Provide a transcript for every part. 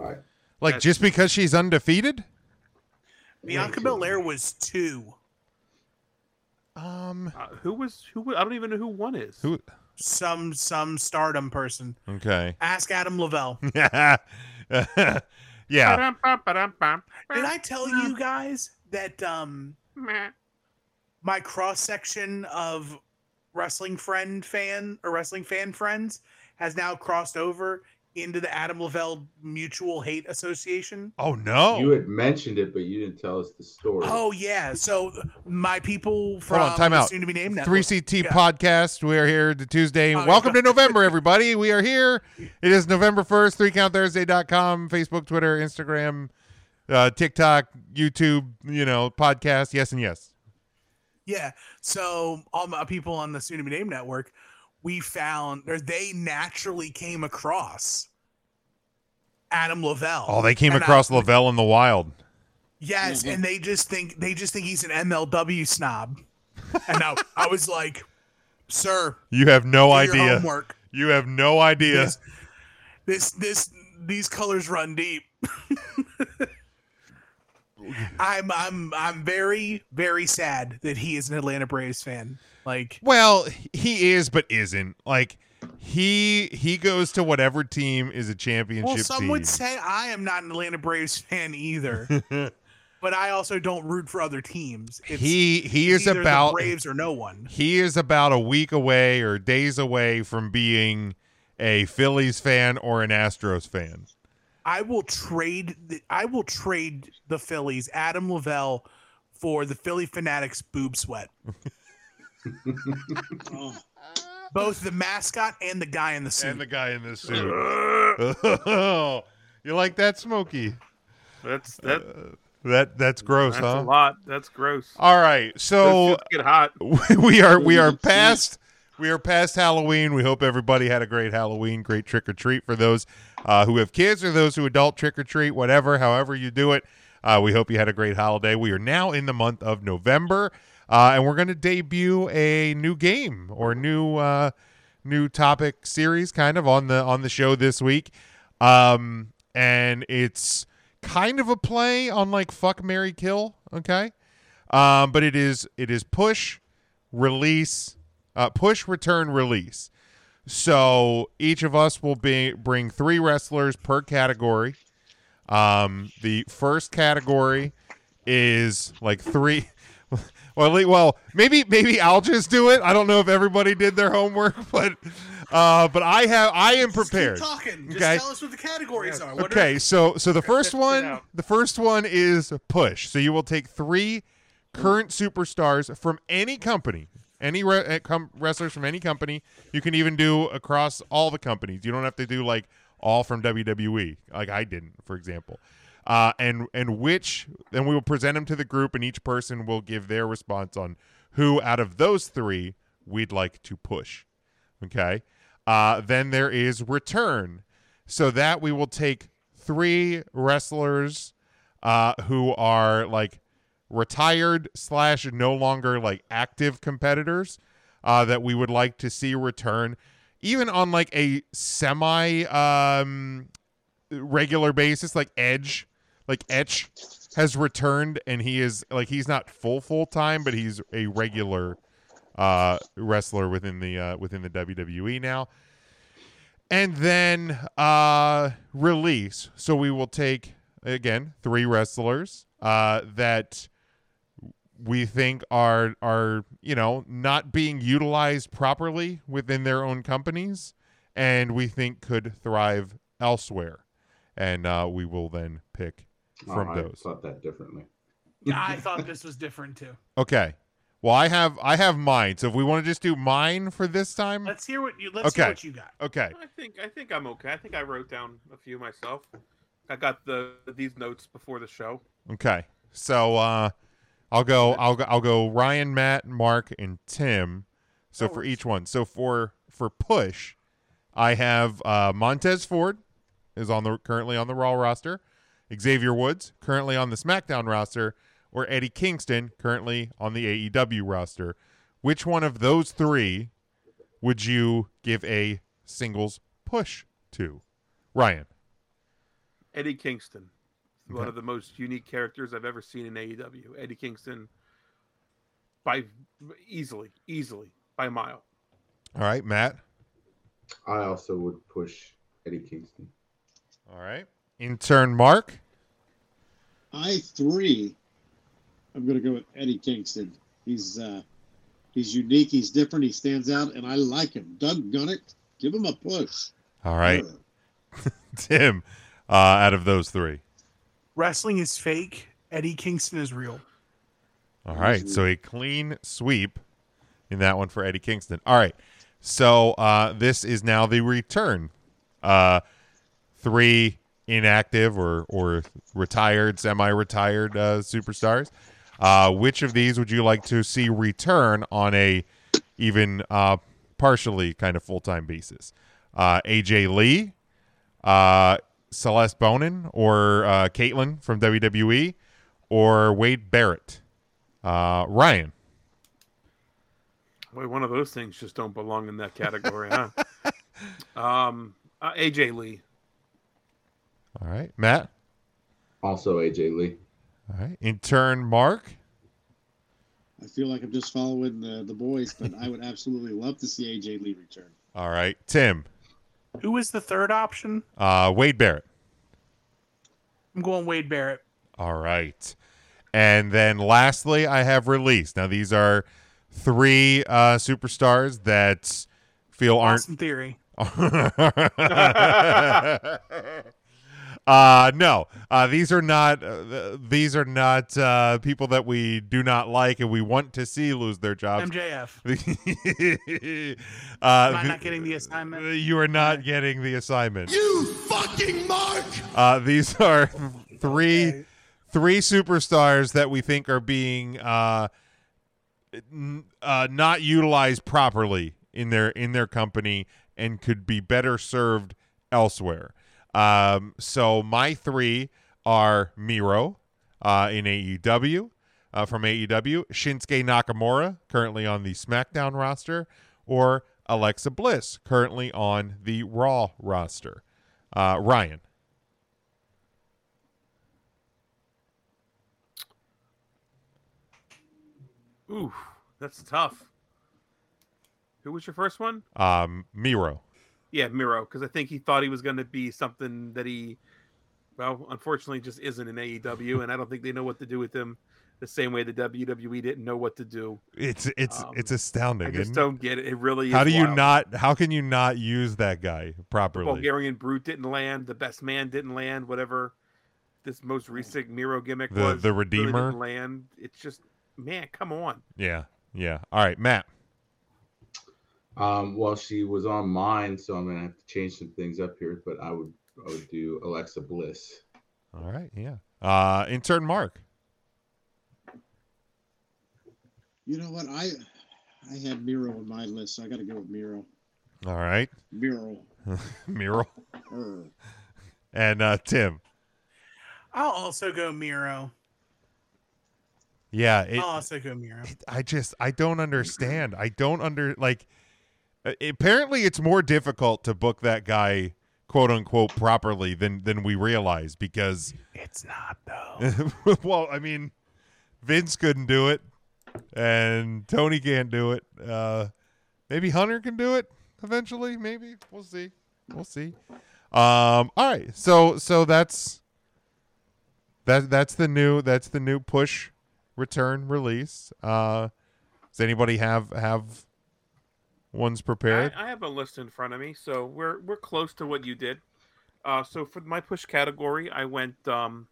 Like That's- just because she's undefeated? Wait, Bianca who- Belair was two. Um. Uh, who was who? wa- I don't even know who one is. Who? Some some stardom person. Okay. Ask Adam Lavelle. yeah. Yeah. Did I tell you guys that um my cross section of wrestling friend fan or wrestling fan friends has now crossed over into the Adam Lavelle Mutual Hate Association? Oh no. Hold You would- on. had mentioned it, but you didn't tell us the story. Oh yeah, so my people from time out. soon to be named Three Network- CT Yeah. podcast. We are here to Tuesday. Oh, Welcome to November, everybody. We are here. It is November first. Three ThreeCountThursday.com, Facebook, Twitter, Instagram, uh, TikTok, YouTube. You know, podcast. Yes and yes. Yeah. So all my people on the soon to be named network, we found or they naturally came across Adam Lavelle. Oh, they came And uh, I- across Lavelle in the wild. yes, Mhm. and they just think they just think he's an MLW snob. And I, I was like, "Sir, You have no do your idea. homework. You have no idea. This, this this these colors run deep." I'm I'm I'm very very sad that he is an Atlanta Braves fan. Like Well, he is, but isn't. Like he he goes to whatever team is a championship Well, some team. would say I am not an Atlanta Braves fan either, but I also don't root for other teams. It's he he is either the about Braves or no one. he is about a week away or days away from being a Phillies fan or an Astros fan. I will trade. The, I will trade the Phillies, Adam Lavelle, for the Philly Fanatics boob sweat. Both the mascot and the guy in the suit. And the guy in this suit. you like that, Smokey? That's Uh, that. That that's gross, That's huh? a lot. That's gross. All right, so Those shits get hot. Oh. we are we are past we are past Halloween. We hope everybody had a great Halloween, great trick or treat for those uh, who have kids or those who adult trick or treat, whatever, however you do it. Uh, we hope you had a great holiday. We are now in the month of November, uh, and we're going to debut a new game or new uh, new topic series, kind of on the on the show this week. Um, and it's kind of a play on like fuck, Mary kill. Okay, um, but it is it is push, release, uh, push, return, release. So each of us will be bring three wrestlers per category. Um, the first category is like three. Well, at lea- well, maybe maybe I'll just do it. I don't know if everybody did their homework, but uh, but I have I am Just keep prepared. talking. Just Okay. tell us what the categories Yes. are. What are- Okay, so so the first one, out. the first one is push. So you will take three current superstars from any company, any re- uh, com- wrestlers from any company. You can even do across all the companies. You don't have to do like all from WWE, like I didn't, for example. Uh, and and which then we will present them to the group, and each person will give their response on who out of those three we'd like to push. Okay. Uh, then there is return. So that we will take three wrestlers uh, who are like retired slash no longer like active competitors uh, that we would like to see return, even on like a semi um, regular basis, like Edge, like Etch has returned and he is like he's not full full time, but he's a regular uh, wrestler within the uh, within the WWE now. And then uh, release. So we will take again three wrestlers uh, that we think are are you know not being utilized properly within their own companies, and we think could thrive elsewhere. And uh, we will then pick from Oh, I those. thought that differently. I thought this was different too. Okay. Well, I have I have mine. So if we want to just do mine for this time, Let's hear what you. Let's Okay. hear what you got. okay. I think I think I'm okay. I think I wrote down a few myself. I got the these notes before the show. Okay. So uh I'll go I'll go I'll go Ryan, Matt, Mark, and Tim. So That for works. each one. So for for push, I have uh Montez Ford is on the currently on the Raw roster, Xavier Woods currently on the SmackDown roster, or Eddie Kingston currently on the AEW roster. Which one of those three would you give a singles push to? Ryan. Eddie Kingston, one Okay. of the most unique characters I've ever seen in AEW. Eddie Kingston, by easily, easily by a mile. All right, Matt. I also would push Eddie Kingston. All right. Intern Mark. I three. I'm gonna go with Eddie Kingston. He's uh, he's unique. He's different. He stands out, and I like him. Doug Gunnett, give him a push. Uh, All right, Sure. Tim. Uh, out of those three. Wrestling is fake. Eddie Kingston is real. All right. So a clean sweep in that one for Eddie Kingston. All right. So uh, this is now the return. Uh, three inactive or or retired, semi-retired uh, superstars. Uh, which of these would you like to see return on a even uh, partially kind of full-time basis? Uh, AJ Lee, uh, Celeste Bonin, or uh, Caitlin from WWE, or Wade Barrett. Uh, Ryan. Boy, one of those things just don't belong in that category, huh? Um, uh, AJ Lee. All right, Matt. Also AJ Lee. All right, intern Mark. I feel like I'm just following the, the boys, but I would absolutely love to see AJ Lee return. All right, Tim. Who was the third option? Uh, Wade Barrett. I'm going Wade Barrett. All right. And then lastly, I have released. Now, these are three uh, superstars that feel aren't. Austin Theory. uh, no, uh, these are not. Uh, th- these are not uh, people that we do not like and we want to see lose their jobs. MJF. uh, Am I not getting the assignment? You are not getting the assignment. You fucking mark. Uh, these are three Okay. three superstars that we think are being uh, n- uh, not utilized properly in their in their company and could be better served elsewhere. Um, so my three are Miro uh, in AEW uh, from AEW, Shinsuke Nakamura currently on the SmackDown roster, or Alexa Bliss currently on the Raw roster. Uh, Ryan. Ooh, that's tough. Who was your first one? um, Miro. Yeah, Miro, because I think he thought he was going to be something that he, well, unfortunately, just isn't in AEW, and I don't think they know what to do with him the same way the WWE didn't know what to do. It's it's Um, it's astounding. I just isn't it? don't get it. It really. Is how do you wild. not? How can you not use that guy properly? Bulgarian brute didn't land. The best man didn't land. Whatever this most recent Miro gimmick The- was, the really didn't Redeemer? land. It's just man, come on. Yeah, yeah. All right, Matt. Um, well, she was on mine, so I'm gonna have to change some things up here. But I would, I would do Alexa Bliss. All right, yeah. Uh, intern Mark. You know what? I I had Miro on my list, so I got to go with Miro. All right, Miro, er, Miro her. and uh, Tim. I'll also go Miro. Yeah, it, Um, I'll also go Miro. it- I just I don't understand. I don't under like. uh, Apparently, it's more difficult to book that guy quote unquote properly than than we realize because It's not though. well, I mean, Vince couldn't do it, and Tony can't do it. Uh, maybe Hunter can do it eventually. Maybe we'll see. We'll see. Um, all right. So so that's that that's the new that's the new push, return, release. Uh, does anybody have have ones prepared? I, I have a list in front of me, so we're we're close to what you did. Uh, so for my push category, I went. Um,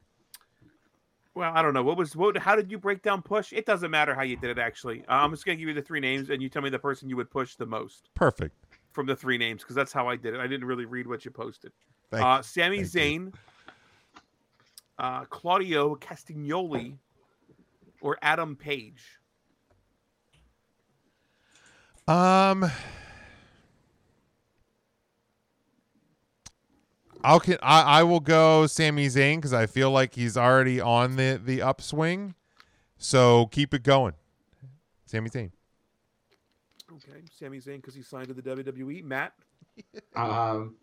well, I don't know what was what. How did you break down push? It doesn't matter how you did it. Actually, uh, I'm just gonna give you the three names, and you tell me the person you would push the most Perfect. from the three names, because that's how I did it. I didn't really read what you posted. Thank uh, Sami thank Zayn, uh, Claudio Castagnoli, or Adam Page. Um, I'll can I, I will go Sami Zayn because I feel like he's already on the the upswing, so keep it going, Sami Zayn. E. Okay, Sami Zayn because he signed to the WWE. Matt. Um,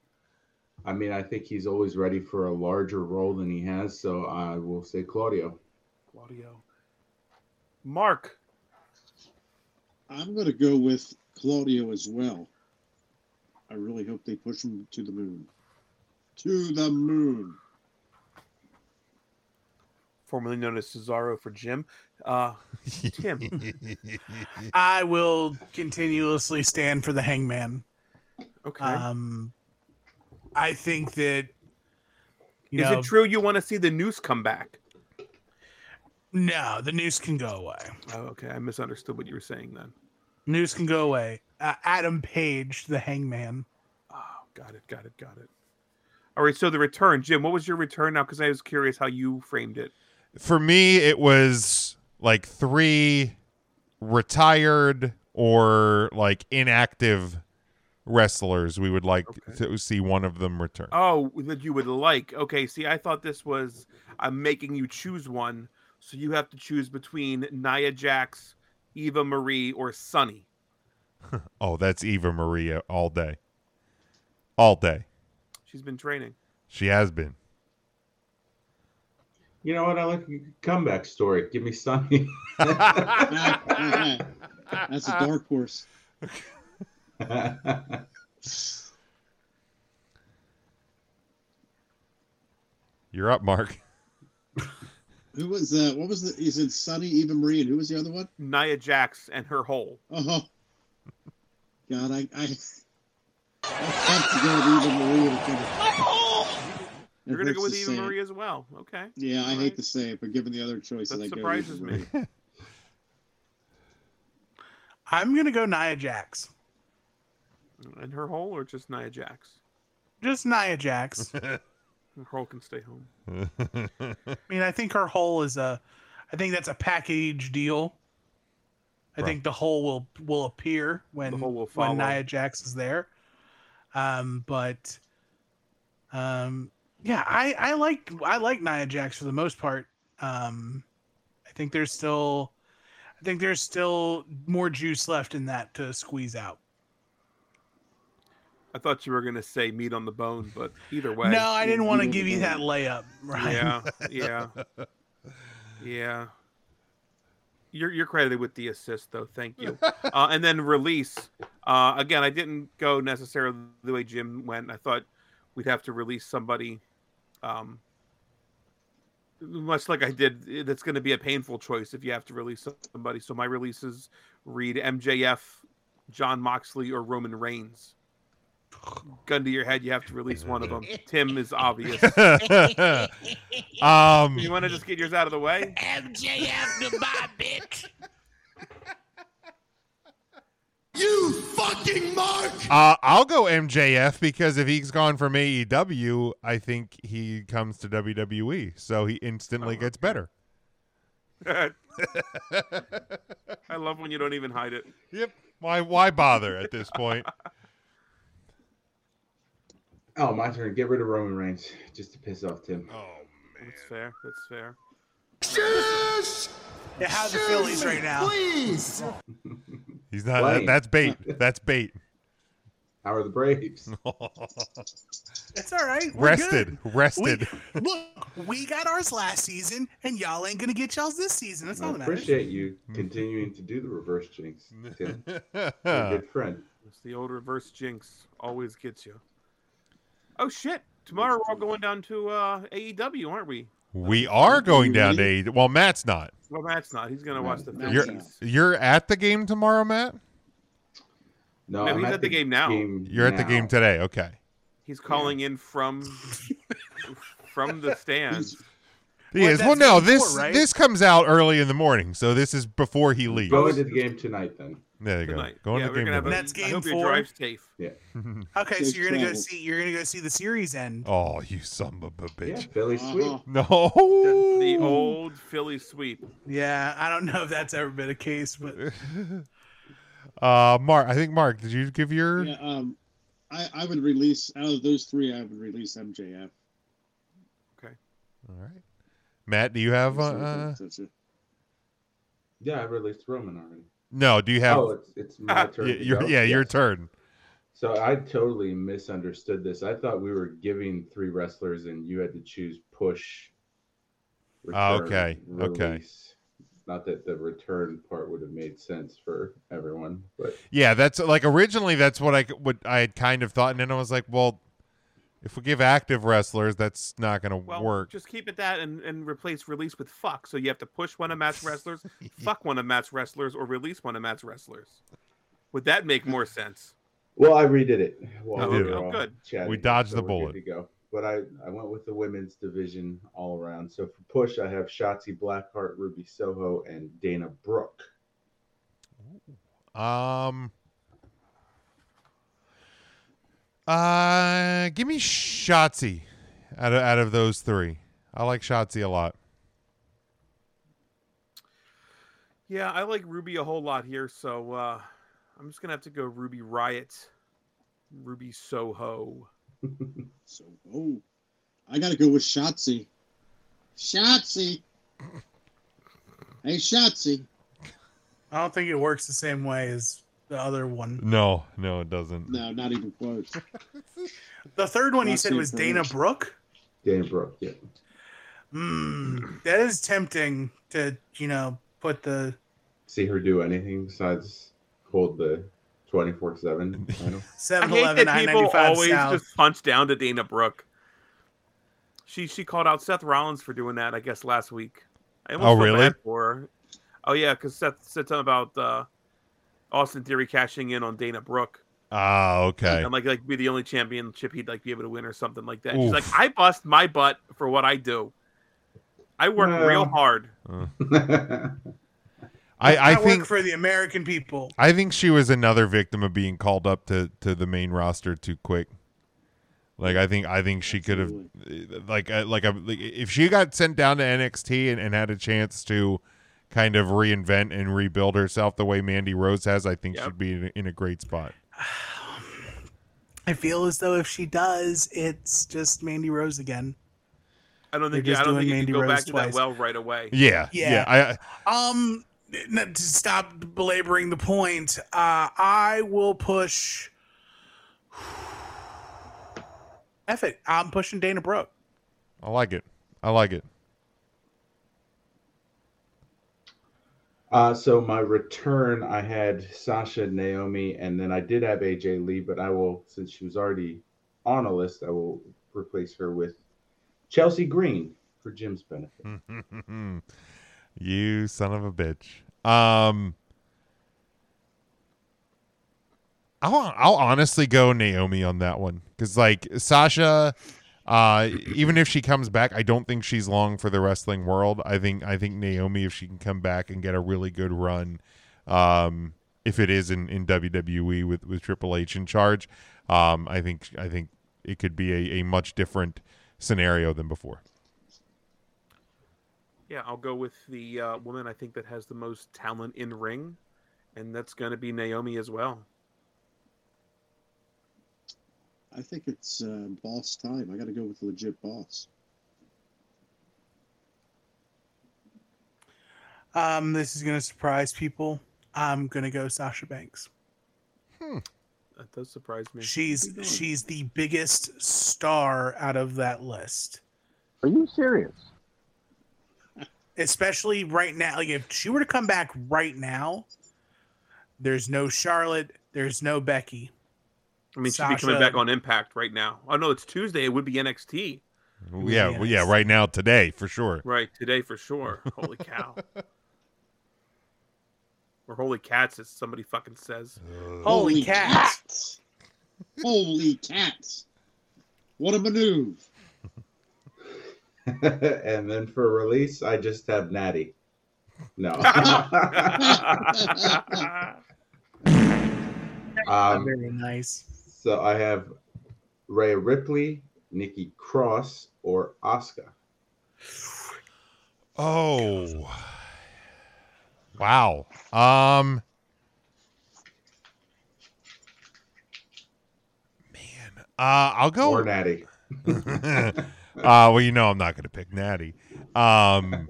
I mean, I think he's always ready for a larger role than he has. So I will say Claudio. Claudio. Mark. I'm going to go with Claudio as well. I really hope they push him to the moon. To the moon. formerly known as Cesaro for Jim. Uh, Tim, I will continuously stand for the hangman. okay. Um, I think that you Is know, it true you want to see the noose come back? no, the noose can go away. Oh, okay. I misunderstood what you were saying then. Noose can go away. Uh, Adam Page, the hangman. Oh, got it. Got it. Got it. All right. So the return, Jim, what was your return now? Because I was curious how you framed it. for me it was like three retired or like inactive wrestlers we would like Okay. to see one of them return Oh, that you would like. Okay. See, I thought this was I'm making you choose one. So you have to choose between Nia Jax, Eva Marie, or Sunny. oh that's eva maria all day all day She's been training. she has been You know what? I like a comeback story. Give me Sonny. That's a dark horse. you're up mark Who was uh what was the you said Sonny, Eva Marie, and who was the other one? Nia Jax and her hole. Oh God, I I I have to go with Eva Marie and My You're gonna go with Eva Marie as well. Okay. Yeah, I Alright. hate to say it, but given the other choices, That I go surprises Eva me. Marie. I'm gonna go Nia Jax. And her hole or just Nia Jax? Just Nia Jax. Her hole can stay home. I mean, I think her hole is a, I think that's a package deal. I Right. think the hole will will appear when The hole will when follow. Nia Jax is there. Um, but, um, yeah, I I like I like Nia Jax for the most part. Um, I think there's still, I think there's still more juice left in that to squeeze out. I thought you were gonna say meat on the bone, but either way. No, I didn't want to you- give you that layup, right? Yeah, yeah, yeah. You're you're credited with the assist, though. Thank you. Uh, and then release. Uh, again, I didn't go necessarily the way Jim went. I thought we'd have to release somebody, um, much like I did. eh, That's going to be a painful choice if you have to release somebody. So my releases read MJF, John Moxley, or Roman Reigns. Gun to your head, you have to release one of them. Tim is obvious. um You want to just get yours out of the way? MJF to my bitch. Uh, I'll go MJF because if he's gone from AEW, I think he comes to WWE, so he instantly Oh, gets better. I love when you don't even hide it. Yep. Why? Why bother at this point? oh, my turn. Get rid of Roman Reigns just to piss off Tim. Oh. That's fair. That's fair. Yeah, how the Phillies right now? He's not. Why? that's bait. That's bait. How are the Braves? It's all right. We're good. rested. Rested. We, look, we got ours last season, and y'all ain't gonna get y'all's this season. That's I all that matters. appreciate you continuing to do the reverse jinx, Tim. You're a good friend. It's the old reverse jinx always gets you. Oh shit! Tomorrow we're all going down to uh, AEW, aren't we? we are going down to AEW. Well, Matt's not. Well, Matt's not. He's gonna watch the Matt's You're not. Phillies. you're at the game tomorrow, Matt. No, No, I'm he's at the game now. You're at the now. game today. Okay. He's calling in from from the stands. He Well, is. that's Well, no. game This four, right? this comes out early in the morning, so this is before he leaves. Going to the game tonight, then. there you go. Tonight. Going yeah, to we're the game. gonna have a, tomorrow. That's I game hope four. your drive's safe. Okay, so Safe you're gonna go travel. see. You're gonna go see the series end. Oh, you son of a bitch. Yeah, Philly sweet. Uh-huh. No. The, the old Philly sweep. Yeah, I don't know if that's ever been a case, but uh, Mark, I think Mark, did you give your? Yeah, um I, I would release out of those three I would release MJF. All right. Matt, do you have? Uh, Such a- Yeah, I released Roman already. no, do you have? Oh, it's, it's my turn. y- to your, go? yeah, your Yes. turn. So I totally misunderstood this. I thought we were giving three wrestlers and you had to choose push. Ah, okay, okay. release. Not that the return part would have made sense for everyone, but Yeah, that's like originally that's what I c- what I had kind of thought, and then I was like, well, if we give active wrestlers, that's not gonna Well, work. just keep it that and, and replace release with fuck. So you have to push one of Matt's wrestlers, fuck one of Matt's wrestlers, or release one of Matt's wrestlers. Would that make more sense? well, I redid it. Well, Oh, oh, good. We dodged the bullet. To go. But I, I went with the women's division all around. So for push, I have Shotzi Blackheart, Ruby Soho, and Dana Brooke. Um. Uh, give me Shotzi out of out of those three. I like Shotzi a lot. Yeah, I like Ruby a whole lot here, so uh, I'm just gonna have to go Ruby Riot, Ruby Soho. So, oh, I got to go with Shotzi. Shotzi. Hey, Shotzi. I don't think it works the same way as the other one. No, no, it doesn't. No, not even close. The third one you said Wrestling was Dana friends. Brooke. Dana Brooke, yeah. Mm, that is tempting to you know put the See her do anything besides hold the 24 7 title. I 7 hate Eleven that 995 people always South. just punch down to Dana Brooke. She she called out Seth Rollins for doing that, I guess, last week. I almost Oh, feel really? bad For her. Oh yeah, because Seth said something about uh, Austin Theory cashing in on Dana Brooke Ah, okay. and like like be the only championship he'd like be able to win or something like that. She's Oof. like, I bust my butt for what I do. I work real Well. hard. I I That work think for the American people. I think she was another victim of being called up to to the main roster too quick. Like I think I think she could have like uh, like a like if she got sent down to NXT and, and had a chance to kind of reinvent and rebuild herself the way Mandy Rose has, I think Yep. she'd be in, in a great spot. I feel as though if she does, it's just Mandy Rose again. I don't They're think yeah, just I don't doing think you Mandy can go Rose back to that twice. well right away. Yeah, yeah. Yeah. I Um, n- to stop belaboring the point, uh, I will push. F it. I'm pushing Dana Brooke. I like it. I like it. uh, so my return, I had Sasha, Naomi, and then I did have AJ Lee, but I will, since she was already on a list, I will replace her with Chelsea Green for Jim's benefit. you son of a bitch. Um, I'll I'll honestly go Naomi on that one because like Sasha, uh, even if she comes back, I don't think she's long for the wrestling world. I think I think Naomi, if she can come back and get a really good run, um, if it is in, in WWE with with Triple H in charge, um, I think I think it could be a, a much different scenario than before. Yeah, I'll go with the uh, woman I think that has the most talent in ring, and that's going to be Naomi as well. I think it's uh, boss time. I got to go with legit boss. Um, this is gonna surprise people. I'm gonna go Sasha Banks. That does surprise me. She's she's the biggest star out of that list. Are you serious? Especially right now. Like if she were to come back right now, there's no Charlotte, there's no Becky. I mean, she'd be Sasha- coming back on Impact right now. Oh no, it's Tuesday. It would be NXT Yeah, well, yeah, Yes. right now today for sure. right today for sure. Holy cow! or holy cats, as somebody fucking says. Oh. Holy cats. cats. Holy cats. What a maneuver. and then for release, I just have Natty. No. um, Very nice. So I have Rhea Ripley, Nikki Cross, or Asuka. Oh. Wow. Um Man, uh I'll go Or Natty. uh well, you know I'm not going to pick Natty. Um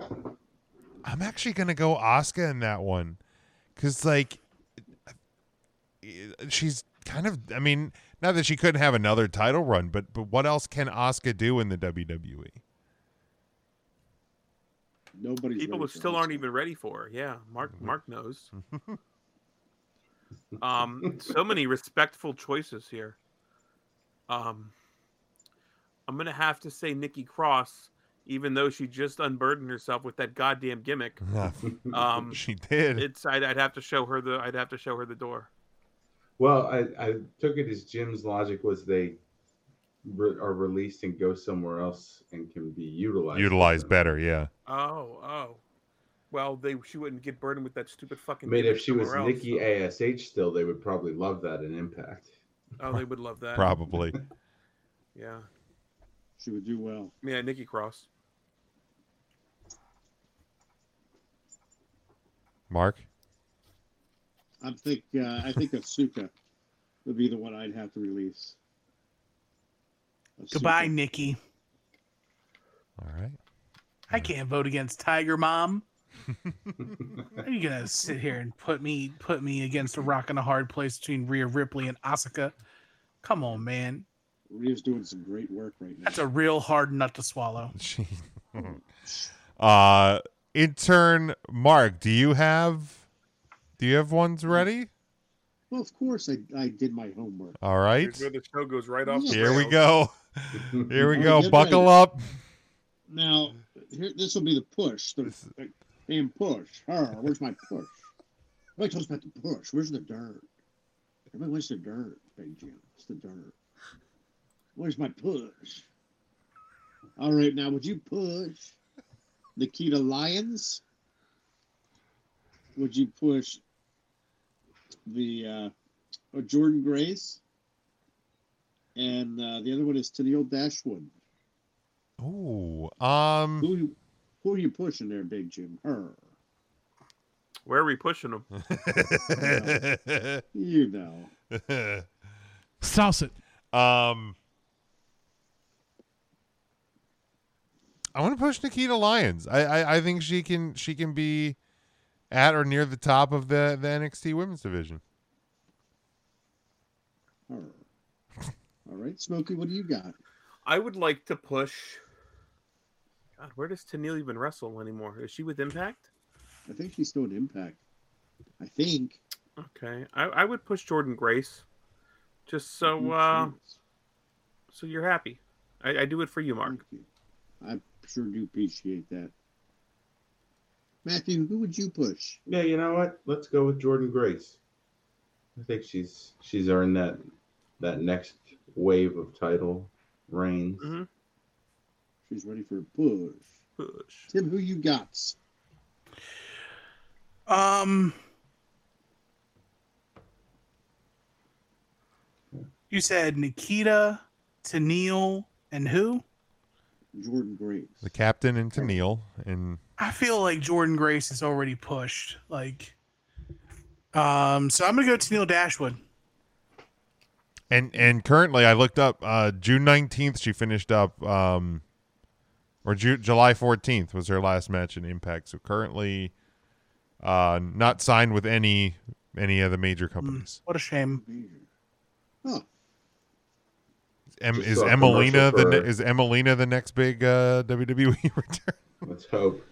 I'm actually going to go Oscar in that one cuz like uh, she's kind of. I mean, not that she couldn't have another title run, but but what else can Oscar do in the E? WWE? Nobody's People ready who for still Oscar. aren't even ready for. her. Yeah, Mark Mm-hmm. Mark knows. um, so many respectful choices here. Um, I'm gonna have to say Nikki Cross, even though she just unburdened herself with that goddamn gimmick. Nah, Um, she did. it's I'd, I'd have to show her the I'd have to show her the door. Well, I, I took it as Jim's logic was they re- are released and go somewhere else and can be utilized. Utilize better, yeah. Oh, oh. Well, they she wouldn't get burdened with that stupid I fucking. mean, if gimmick she was somewhere else, Nikki ASH still, they would probably love that in Impact. Oh, they would love that. Probably. Yeah, She would do well. yeah. Nikki Cross. Mark, I think uh, I think Asuka would be the one I'd have to release. Asuka. Goodbye, Nikki. all right. I can't vote against Tiger Mom. Are you gonna sit here and put me put me against a rock and a hard place between Rhea Ripley and Asuka? Come on, man. Rhea's doing some great work right now. That's a real hard nut to swallow. She. uh, intern Mark, do you have, do you have ones ready? well, of course, I, I did my homework. All right. Here's where the show goes right off. the Here we rails. go. Here we Oh, go. good Buckle night. up. Now, here, this will be the push. The, This- the damn push. Her, where's my push? Nobody talks about the push. Where's the dirt? Everybody wants the dirt, Big Jim. It's the dirt. Where's my push? All right, now would you push Nikita Lyons? Would you push the uh, or Jordan Grace? And uh, the other one is Tennille Dashwood. Ooh. Um. Who you, who are you pushing there, Big Jim? Her. Where are we pushing them? You know. Sauce it. um. I want to push Nikita Lyons. I, I I think she can she can be at or near the top of the the NXT Women's Division. Her. All right, Smokey, what do you got? I would like to push. God, where does Tennille even wrestle anymore? Is she with Impact? I think she's still an impact. I think. Okay, I, I would push Jordan Grace, just Mm-hmm. so uh, so you're happy. I, I do it for you, Thank Mark. you. I sure do appreciate that. Matthew, who would you push? Yeah, you know what? Let's go with Jordan Grace. I think she's she's earned that that next wave of title reigns. Mhm. She's ready for a push. Push. Tim, who you got? Um You said Nikita, Tennille, and who? Jordan Grace. The captain and Tennille and I feel like Jordan Grace is already pushed. Like um so I'm gonna go to Neil Dashwood. And and currently, I looked up uh, June nineteenth. She finished up, um, or Ju- July fourteenth was her last match in Impact. So currently, uh, not signed with any any of the major companies. What a shame. Oh, Em- Mm. Just is saw a Emelina the commercial ne- for- is Emelina the next big uh, WWE return? Mm-hmm. Let's hope.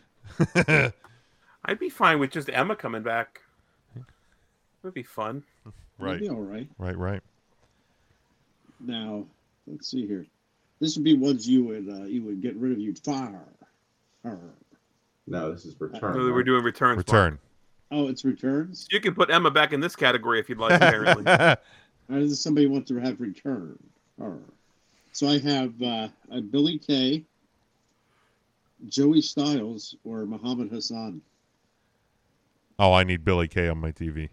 I'd be fine with just Emma coming back. It would be fun. that'd right, be all right. right, right. Now, let's see here. This would be ones you would uh, you would get rid of. You'd fire. Her. No, this is return. So we're doing returns. Mark. Return. Oh, it's returns. You can put Emma back in this category if you'd like. Apparently, That's Or does somebody want to have return? Or so I have uh, a Billy Kay, Joey Styles, or Muhammad Hassan. oh, I need Billy Kay on my TV.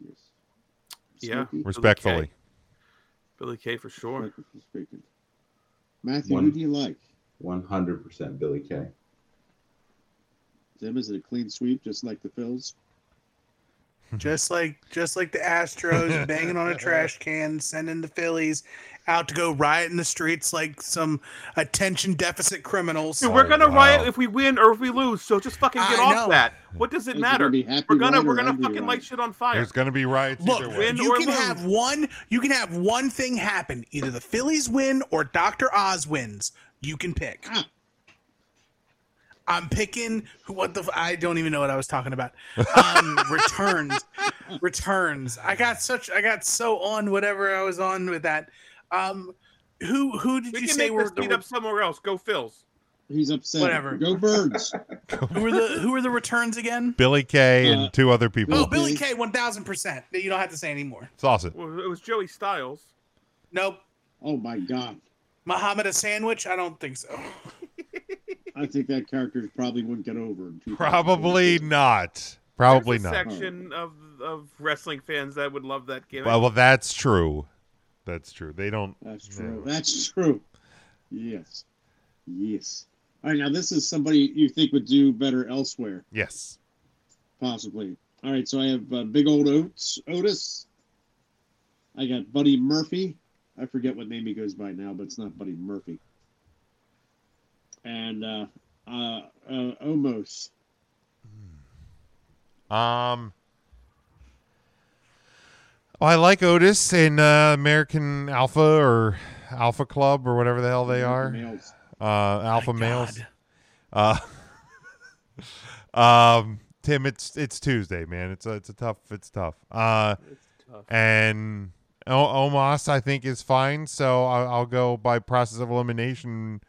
Yes. Yeah. Smokey? Respectfully, Billy Kay for sure. Smokey was speaking. Matthew, who One. do you like? One hundred percent Billy Kay. Tim, is it a clean sweep, just like the Phils? Just like just like the Astros banging on a trash can, sending the Phillies out to go riot in the streets like some attention deficit criminals. Dude, we're Oh, gonna wow. riot if we win or if we lose. So just fucking get I off know. that. What does it Is it matter? gonna be happy We're gonna riot we're or gonna angry fucking riot? light shit on fire. There's gonna be riots Look, either way. win you or can lose. have one. You can have one thing happen. Either the Phillies win or Doctor Oz wins. You can pick. Ah. I'm picking who- what the f- I don't even know what I was talking about. Um, returns, returns. I got such I got so on whatever I was on with that. Um, who who did We you can say make were this the, lead up somewhere else. Go Phils. He's upset. Whatever. Go birds. who were the who were the returns again? Billy Kay Uh, and two other people. Oh, Bill Billy Gates. K, one thousand percent. You don't have to say anymore. Sauce it. Well, it was Joey Styles. Nope. Oh my god. Muhammad a sandwich? I don't think so. I think that character probably wouldn't get over. in 2022. Probably not. Probably There's a not. Section of of wrestling fans that would love that gimmick. Well, well, that's true. That's true. They don't. That's Yeah. true. That's true. Yes. Yes. All right. Now this is somebody you think would do better elsewhere, Yes. possibly. All right. So I have uh, Big Old Oats Otis. I got Buddy Murphy. I forget what name he goes by now, but it's not Buddy Murphy. And uh, uh, uh, Omos. Um. Oh, I like Otis and uh, American Alpha or Alpha Club or whatever the hell they are. Males. Uh, alpha My males. God. Uh, um, Tim, it's it's Tuesday, man. It's a, it's a tough. It's tough. Uh, It's tough. and o- Omos, I think, is fine. So I'll, I'll go by process of elimination,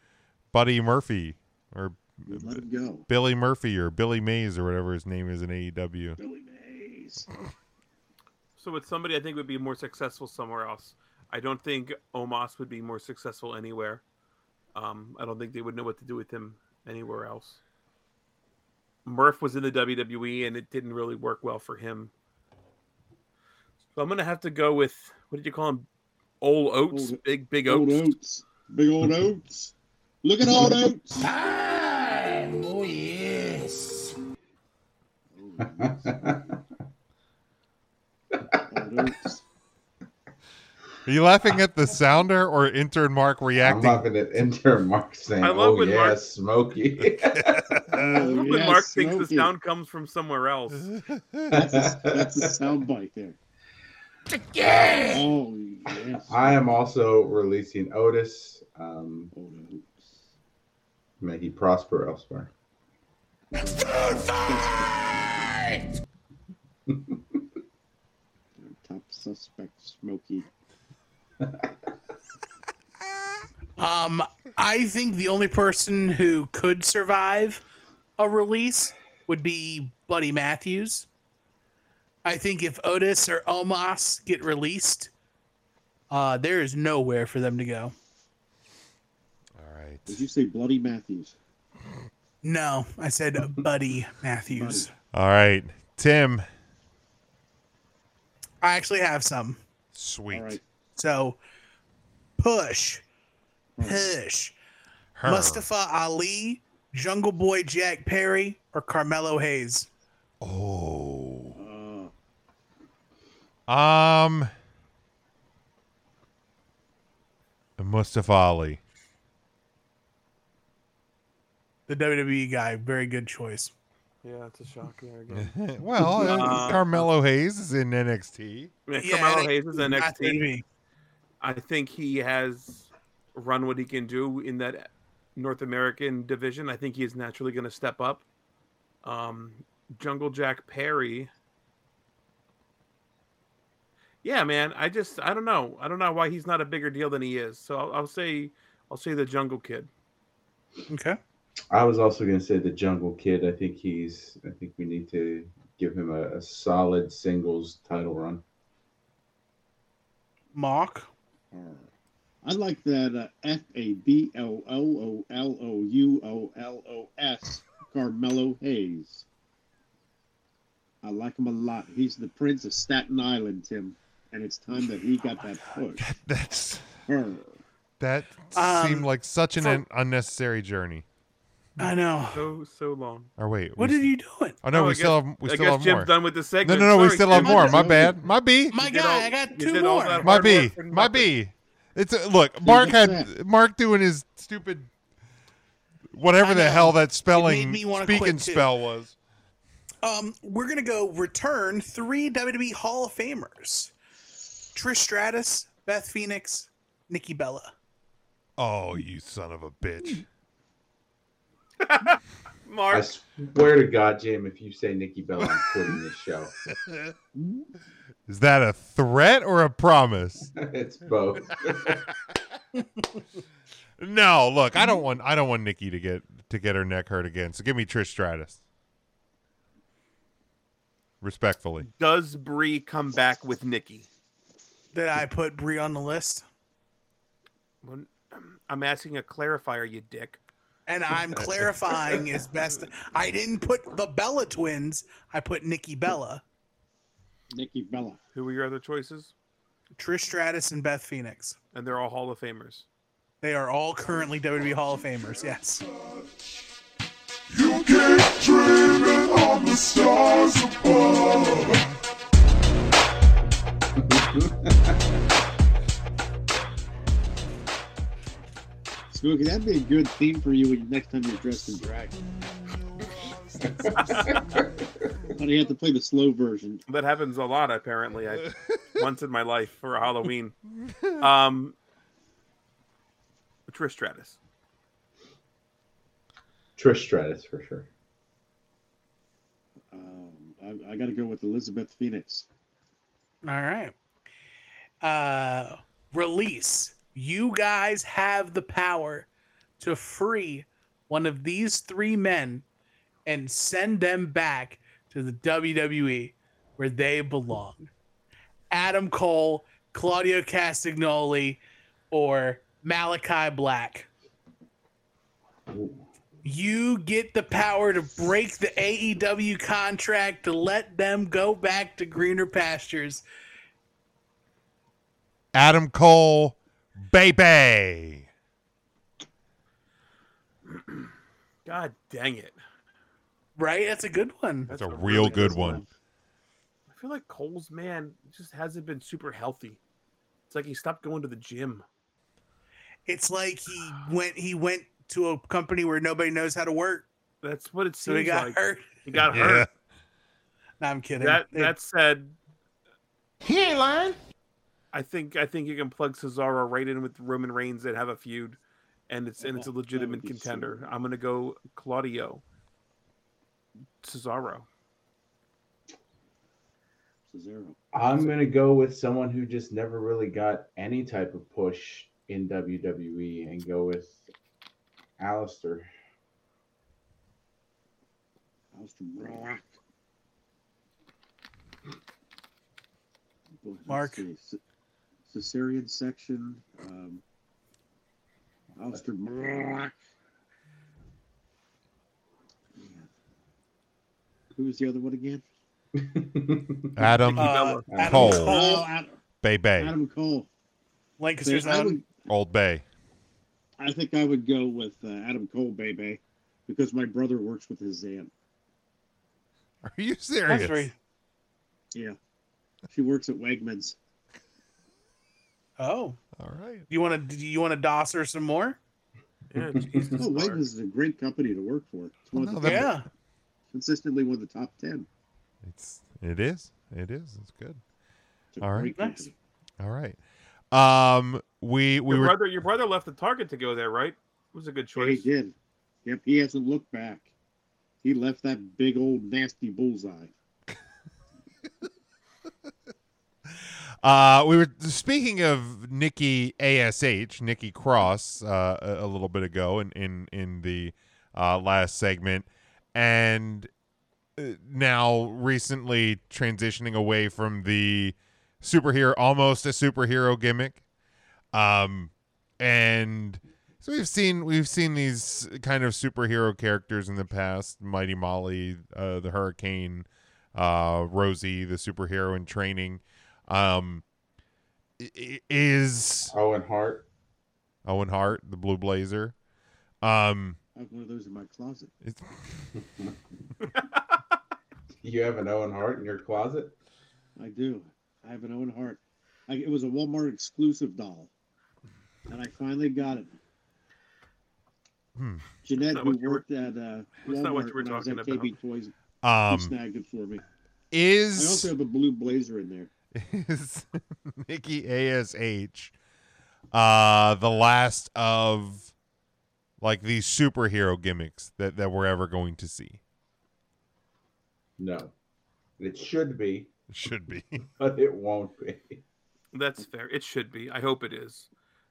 Buddy Murphy or Let him go. Billy Murphy or Billy Mays or whatever his name is in E AEW. Billy Mays. So with somebody I think would be more successful somewhere else. I don't think Omos would be more successful anywhere. Um, I don't think they would know what to do with him anywhere else. Murph was in the WWE and it didn't really work well for him. So I'm gonna have to go with what did you call him? Old Oats, Old- big big Old Oats. Oats. Big Old Oats. Look at Old Oats. Time. Oh, yes. Oh, Old Oats. Are you laughing at the sounder or intern Mark I'm reacting? laughing at intern Mark saying, I love "Oh when yeah, Mark- Smokey." Oh, I love when yes, Mark thinks the Smokey. sound comes from somewhere else. Mm-hmm. That's a, that's a sound bite there. Yeah. Oh, yes. I am also releasing Otis. Um, Old Oats. may he prosper elsewhere. Food fight. Top suspect, Smokey. Um, I think the only person who could survive a release would be Buddy Matthews. I think if Otis or Omos get released, uh, there is nowhere for them to go. All Did right. you say Bloody Matthews? No, I said Buddy Matthews. All right. Tim. I actually have some. Sweet. All right. So push, All right. push. Her. Mustafa Ali, Jungle Boy Jack Perry, or Carmelo Hayes. Oh. Uh, Um. Mustafa Ali. The WWE guy, very good choice. Yeah, it's a shock there again. well, uh, Uh, Carmelo Hayes is in NXT. Yeah, Yeah, Carmelo and Hayes is Not NXT. WWE. I think he has run what he can do in that North American division. I think he is naturally going to step up. Um, Jungle Jack Perry. Yeah, man. I just I don't know. I don't know why he's not a bigger deal than he is. So I'll, I'll say I'll say the Jungle Kid. Okay. I was also going to say the Jungle Kid. I think he's. I think we need to give him a, a solid singles title run. Mock. uh, I like that uh, F A B L L O L O U O L O S, Carmelo Hayes. I like him a lot. He's the prince of Staten Island, Tim. And it's time that he got that push. That's Her. that Um, seemed like such an for- un- unnecessary journey. I know. So so long. Or wait, What we, are you doing? Oh no, Oh, we I still have we I still guess have Jim's more. done with the No, segment. no, no, we Sorry, still have Jim. more. My bad. My B. My You did guy, all- I got you two did all more. that My hard work B. for My nothing. B. It's a, look, Mark what's had Mark doing his stupid whatever I the know. hell that It spelling made me wanna speak quit, and too. spell was. Um, we're gonna go return three WWE Hall of Famers: Trish Stratus, Beth Phoenix, Nikki Bella. Oh, you son of a bitch! I Mark, swear to God, Jim, if you say Nikki Bella, I'm quitting this show. Is that a threat or a promise? it's both. No, look, I don't want I don't want Nikki to get to get her neck hurt again. So give me Trish Stratus, respectfully. does Bree come back with Nikki? Did I put Brie on the list? Well, I'm asking a clarifier, you dick. And I'm clarifying as best I didn't put the Bella twins. I put Nikki Bella, Nikki Bella. Who were your other choices? Trish Stratus, and Beth Phoenix. And they're all Hall of Famers. They are all currently WWE Hall of Famers. Yes. You keep dreaming on the stars above. Smokey, that'd be a good theme for you when next time you're dressed in drag. but you have to play the slow version. That happens a lot, apparently. I once in my life for a Halloween. Um, Trish Stratus. Trish Stratus for sure. Um, I, I got to go with Elizabeth Phoenix. All right. Uh, release. You guys have the power to free one of these three men and send them back to the WWE where they belong. Adam Cole, Claudio Castagnoli, or Malachi Black. You get the power to break the AEW contract to let them go back to greener pastures. Adam Cole, baby. God dang it. Right? That's a good one. That's a That's a real really good good one. I feel like Cole's man just hasn't been super healthy. It's like he stopped going to the gym. It's like he went he went to a company where nobody knows how to work, That's what it so he seems got like. hurt. He got Yeah. hurt. No, I'm kidding. That It- that said, He ain't lying. I think I think you can plug Cesaro right in with Roman Reigns and have a feud, and it's and it's a That- that would legitimate be so- contender. I'm gonna go Claudio, Cesaro. Cesaro. I'm gonna go with someone who just never really got any type of push in WWE and go with Alistair. Alistair Black. Boy, let's Mark. see. Ce- Caesarean section. Um, Alistair Black. Man. Who was the other one again? Adam uh, Adam Cole, Cole. Oh, Adam, baby, Adam Cole. Lancaster's I, own. would, old bay. I think I would go with uh, Adam Cole, baby, because my brother works with his aunt. Are you That's serious? right. Yeah. She works at Wegmans. Oh, All right. you want to you want to doss her some more? Yeah, Jesus. Oh, Lord. Wegmans is a great company to work for. It's one of Well, the no, top- Yeah. consistently one of the top ten. It's it is. It is. It's good. It's a All right. great Nice. company. All right. Um we we your were brother your brother left the target to go there, right? It was a good Yeah, he choice. did. Yep, he hasn't looked back. He left that big old nasty bullseye. uh we were speaking of Nikki ASH, Nikki Cross uh a, a little bit ago in in in the uh last segment and uh, now recently transitioning away from the superhero almost a superhero gimmick. Um and so we've seen we've seen these kind of superhero characters in the past, Mighty Molly, uh, the Hurricane, uh, Rosie, the superhero in training. Um, i- i- is Owen Hart. Owen Hart the Blue Blazer? Um, I have one of those in my closet. it's, You have an Owen Hart in your closet? I do. I have an Owen Hart. I, it was a Walmart exclusive doll. and I finally got it. Hmm. That's Jeanette, not who what you were- worked at uh, that's not what Walmart you were when I was talking at KB about. Toys, she Um, snagged it for me. I is also have a blue blazer in there. is Nikki ASH uh the last of like these superhero gimmicks that that we're ever going to see. No, it should be, Should be. but it won't be. That's fair. It should be. I hope it is.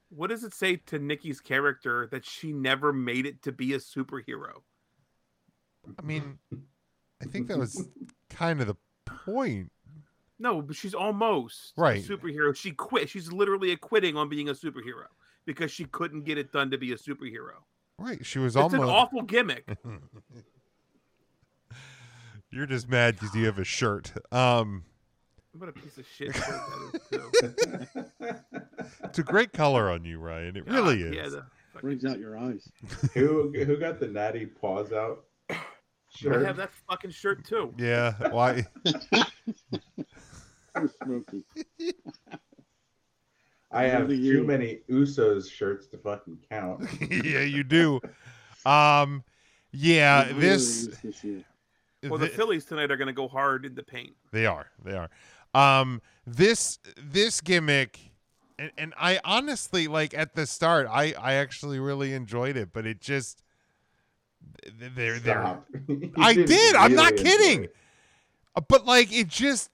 What does it say to Nikki's character that she never made it to be a superhero? I mean, I think that was kind of the point. No, but she's almost a Right. superhero. She quit. She's literally quitting on being a superhero because she couldn't get it done to be a superhero. Right, she was It's an almost awful gimmick. You're just mad because you have a shirt. Um, What a piece of shit. shirt that is, too. it's a great color on you, Ryan. It really God, Yeah, is. the, Brings out your eyes. who who got the natty paws out? I Sure. have that fucking shirt too. Yeah, why? You're smoky. I have Really too you. many Usos shirts to fucking count. yeah, you do. Um, yeah, It really this is this year. Well, the thi- Phillies tonight are going to go hard in the paint. They are. They are. Um this this gimmick and, and I honestly like at the start I I actually really enjoyed it, but it just th- th- they're they're Stop. You I didn't did. I'm not really enjoy kidding. Uh, it. but like it just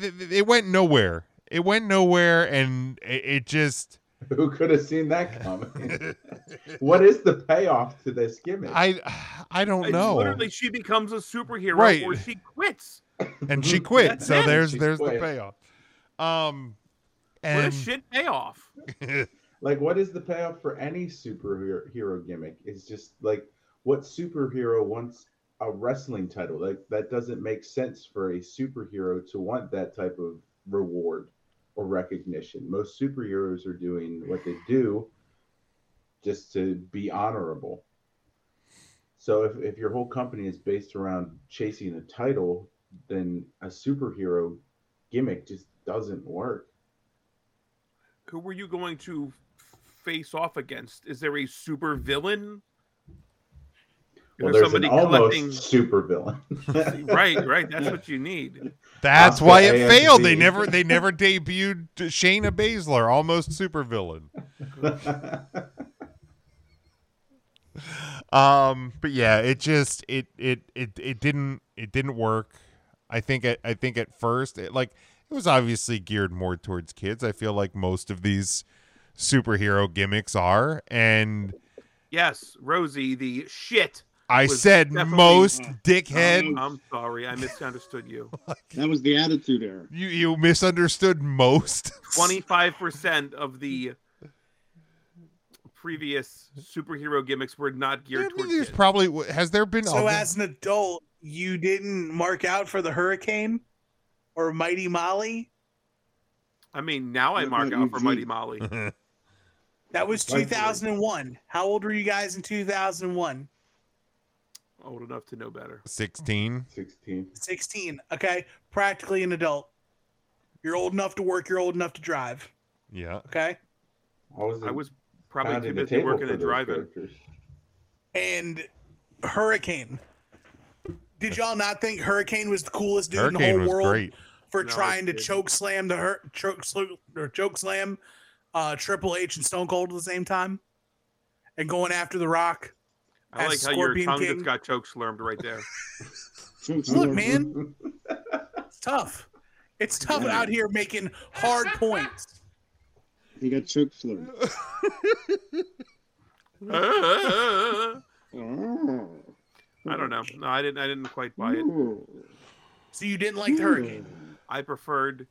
th- th- it went nowhere. It went nowhere and it, it just Who could have seen that coming? what is the payoff to this gimmick? I I don't It's know. Literally, she becomes a superhero Oh, Right. or she quits. And she quit. That's So it. there's Mm-hmm. She there's the quit. payoff. Um What a and shit payoff. like, what is the payoff for any superhero gimmick? It's just like, what superhero wants a wrestling title? Like, that doesn't make sense for a superhero to want that type of reward or recognition. Most superheroes are doing what they do just to be honorable. So, if, if your whole company is based around chasing a title, then a superhero gimmick just doesn't work. Who were you going to f- face off against? Is there a super villain? Well, Or there's an almost super villain. right, right. That's what you need. That's Oscar why it AMC. failed. They never they never debuted Shayna Baszler, almost supervillain. Um, but yeah, it just it it it it didn't it didn't work. I think at, I think at first it like it was obviously geared more towards kids. I feel like most of these superhero gimmicks are, and Yes, Rosie, the shit. I Was said definitely- Mm-hmm. most Uh, dickhead. um, I'm sorry, I misunderstood you. That was the attitude error. You you misunderstood most. 25% of the previous superhero gimmicks were not I geared mean, towards there's kids. probably has there been So other- as an adult, you didn't mark out for the hurricane or Mighty Molly. I mean, now I What mark about out for UG? Mighty Molly. That was Right. 2001. How old were you guys in 2001? Old enough to know better. sixteen. 16. 16. Okay, practically an adult. You're old enough to work. You're old enough to drive. Yeah. Okay, I was, I was probably too busy working and driving. and Hurricane. Did y'all not think Hurricane was the coolest dude in Hurricane the was whole world great. for No, trying to it didn't. choke slam the hur- choke sl- or choke slam uh, Triple H and Stone Cold at the same time, and going after The Rock? I like As how your Scorpion tongue King. just got choke slurmed right there. Chokes Look, are- man, it's tough. It's tough Yeah. out here making hard points. He got choke slurred. I Oh. don't know. No, I didn't. I didn't quite buy it. Oh. So you didn't like the Hurricane. I preferred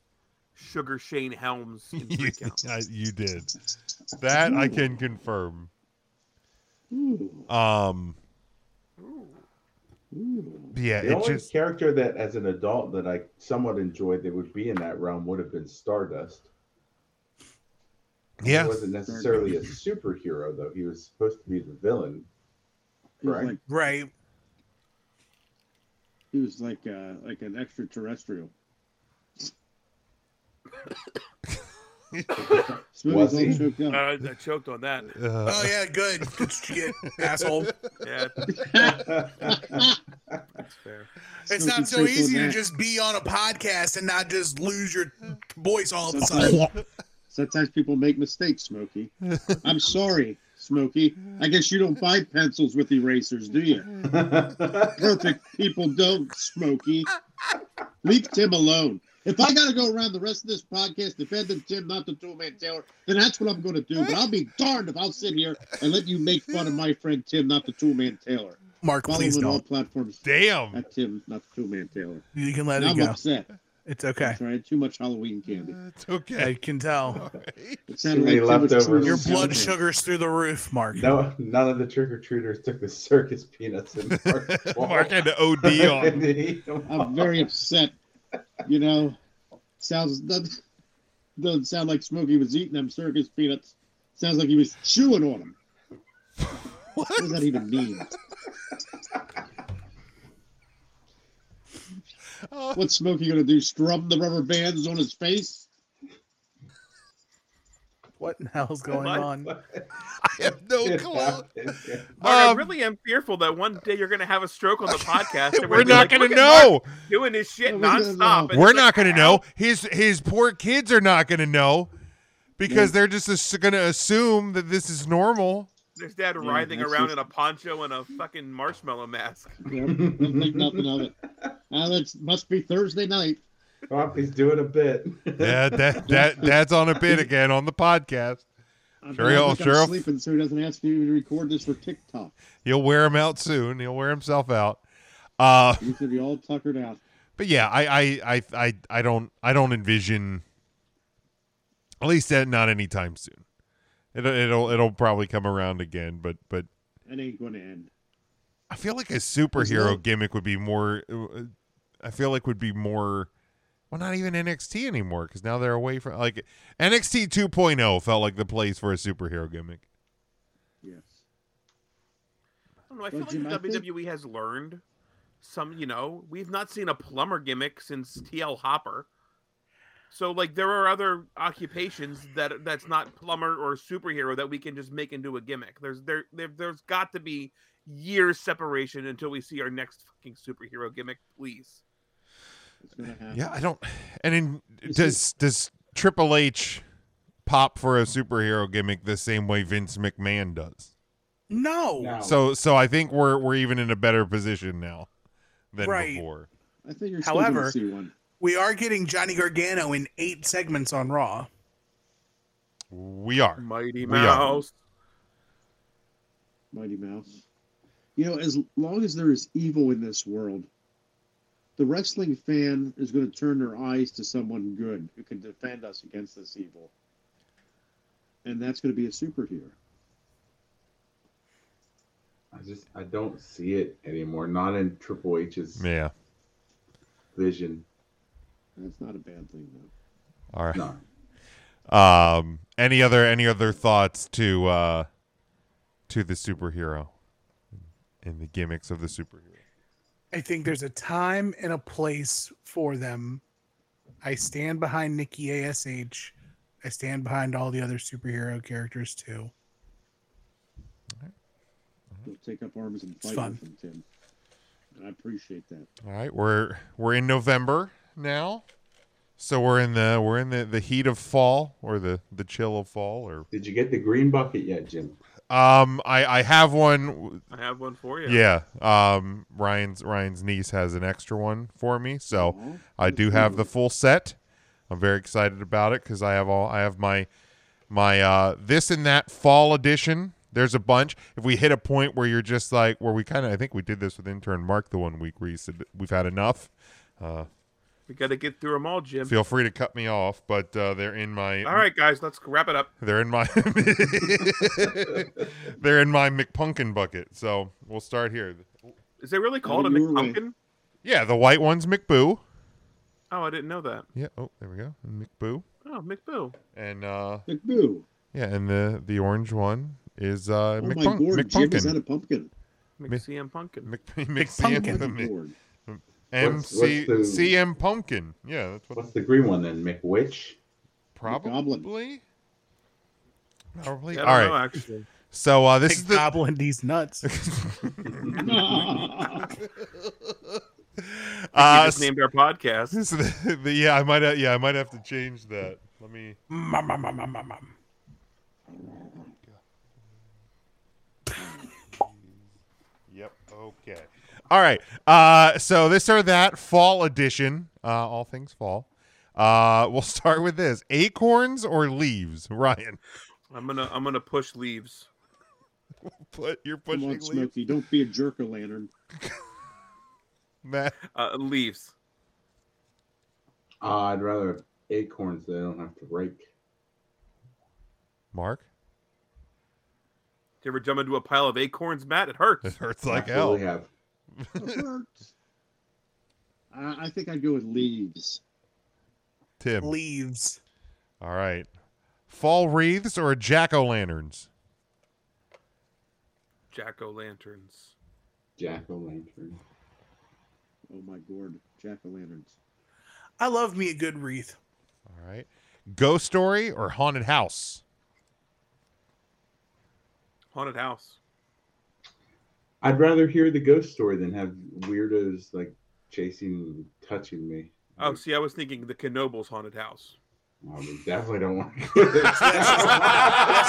Sugar Shane Helms. In three you, count. I- you did that i can confirm Ooh. um Ooh. yeah The it only just character that, as an adult, that I somewhat enjoyed that would be in that realm would have been Stardust. yeah He wasn't necessarily a superhero, though. He was supposed to be the villain. He was Right. like Right. he was like uh, like an extraterrestrial. Smoothie's Was all he? choked up. Uh, I, I choked on that. Uh, oh yeah, good. Good shit, asshole. Yeah, that's fair. It's Smokey not so Freak on easy to that. just be on a podcast and not just lose your voice all of a sudden. Sometimes, sometimes people make mistakes, Smokey. I'm sorry, Smokey. I guess you don't buy pencils with erasers, do you? Perfect people don't, Smokey. Leave Tim alone. If I got to go around the rest of this podcast defending Tim, not the two man Taylor, then that's what I'm going to do. But I'll be darned if I'll sit here and let you make fun of my friend Tim, not the two man Taylor. Mark, Follow please him on all don't. platforms Damn. at Tim, not the two man Taylor. You can let Now it I'm go. upset. It's okay. I had too much Halloween candy. It's okay. I can tell. It sounded Too many Tim was leftovers. chewing Your on blood Halloween. sugar's through the roof, Mark. no, none of the trick or treaters took the circus peanuts and Mark, Mark had to OD on. I'm very upset. You know, sounds doesn't, doesn't sound like Smokey was eating them circus peanuts. Sounds like he was chewing on them. What, does that even mean? What's Smokey gonna do? Strum the rubber bands on his face? What in the hell's going What? on? I have no clue. Mark, I Um, really am fearful that one day you're going to have a stroke on the podcast. and We're gonna be not like, gonna "Look at Mark know. doing this shit Yeah, we're gonna nonstop. know. and We're it's not like, gonna "Ow." know. His his poor kids are not gonna know Mm. because they're just as- gonna assume that this is normal. There's dad Yeah, writhing that's around just- in a poncho and a fucking marshmallow mask. Yep, don't think nothing of it. Now that must be Thursday night. Rob, he's doing a bit. Yeah, that that that's on a bit again on the podcast. I'm Sure he'll- I'm sure he'll- sleeping, so he doesn't ask me to record this for TikTok. He'll wear him out soon. He'll wear himself out. Uh, He's gonna be all tuckered out. but yeah, I I, I I I don't I don't envision at least that not anytime soon. It'll it'll it'll probably come around again, but but That ain't gonna end. I feel like a There's superhero no- gimmick would be more. uh, I feel like would be more. Well, not even NXT anymore because now they're away from like NXT 2.0 felt like the place for a superhero gimmick. Yes. I don't know. I feel Well, Jim, I like think- the WWE has learned some. You know, we've not seen a plumber gimmick since TL Hopper. So like, there are other occupations that that's not plumber or superhero that we can just make into a gimmick. There's there, there there's got to be years separation until we see our next fucking superhero gimmick, please. It's gonna happen. Yeah, I don't. And in, Is does does Triple H pop for a superhero gimmick the same way Vince McMahon does? No. No. So so I think we're we're even in a better position now than Right. before. I think you're However- still gonna see one. We are getting Johnny Gargano in eight segments on Raw. We are. Mighty We are. Mouse. Mighty Mouse. You know, as long as there is evil in this world, the wrestling fan is going to turn their eyes to someone good who can defend us against this evil. And that's going to be a superhero. I just I don't see it anymore. Not in Triple H's Yeah. vision. That's not a bad thing, though. All right. No. Um, any other any other thoughts to uh, to the superhero and the gimmicks of the superhero? I think there's a time and a place for them. I stand behind Nikki ASH. I stand behind all the other superhero characters too. Mm-hmm. They'll take up arms and fight fun. with him, Tim. And I appreciate that. All right, we're we're in November now, so we're in the we're in the, the heat of fall or the the chill of fall or Did you get the green bucket yet, Jim? um I I have one I have one for you. yeah um Ryan's Ryan's niece has an extra one for me so. Aw, Oh, I that's do have the cool. full set. I'm very excited about it because I have all I have my my uh, this and that fall edition. There's a bunch. If we hit a point where you're just like where we kind of I think we did this with intern Mark the one week where he said that we've had enough. Uh, We got to get through them all, Jim. feel free to cut me off, but uh, they're in my All right, guys, let's wrap it up. they're in my they're in my McPunkin bucket. So we'll start here. Is it really called a Your way. McPumpkin? Yeah, the white one's McBoo. Oh, I didn't know that. Yeah. Oh, there we go. McBoo. Oh, McBoo. And uh, Like, boo. Yeah, and the the orange one is uh Oh, my McPunk- gourd. Jim is McPunkin. that a pumpkin? McCM Pumpkin. Mc- McCM My Pumpkin. gourd. MC What's- what's the- CM Pumpkin. Yeah, that's what What's the green one then, McWitch? Probably. Probably. I All don't know, right. actually. So uh, this Big is the goblin these nuts. we uh, just named our podcast. this is the, the- yeah. I might have, yeah. I might have to change that. Let me. Mum, mum, mum, mum, mum, mum. Yep. Okay. All right. Uh, so this or that fall edition. Uh, all things fall. Uh, we'll start with this: acorns or leaves, Ryan. I'm gonna I'm gonna push leaves. Put you're Come pushing on, leaves, Smokey, don't be a jerk o' lantern. Matt. Uh, leaves. Uh, I'd rather have acorns that I don't have to rake. Mark. Did you ever jump into a pile of acorns, Matt? It hurts. It hurts like hell. Absolutely have. It hurts. I, I think I'd go with leaves. Tim. Leaves. All right. Fall wreaths or jack o' lanterns? Jack o' lanterns. Jack o' lantern. Oh my gourd, jack o' lanterns. I love me a good wreath. All right. Ghost story or haunted house? Haunted house. I'd rather hear the ghost story than have weirdos like chasing and touching me. Oh, see, I was thinking the Kenobles haunted house. I mean, definitely don't want to. That's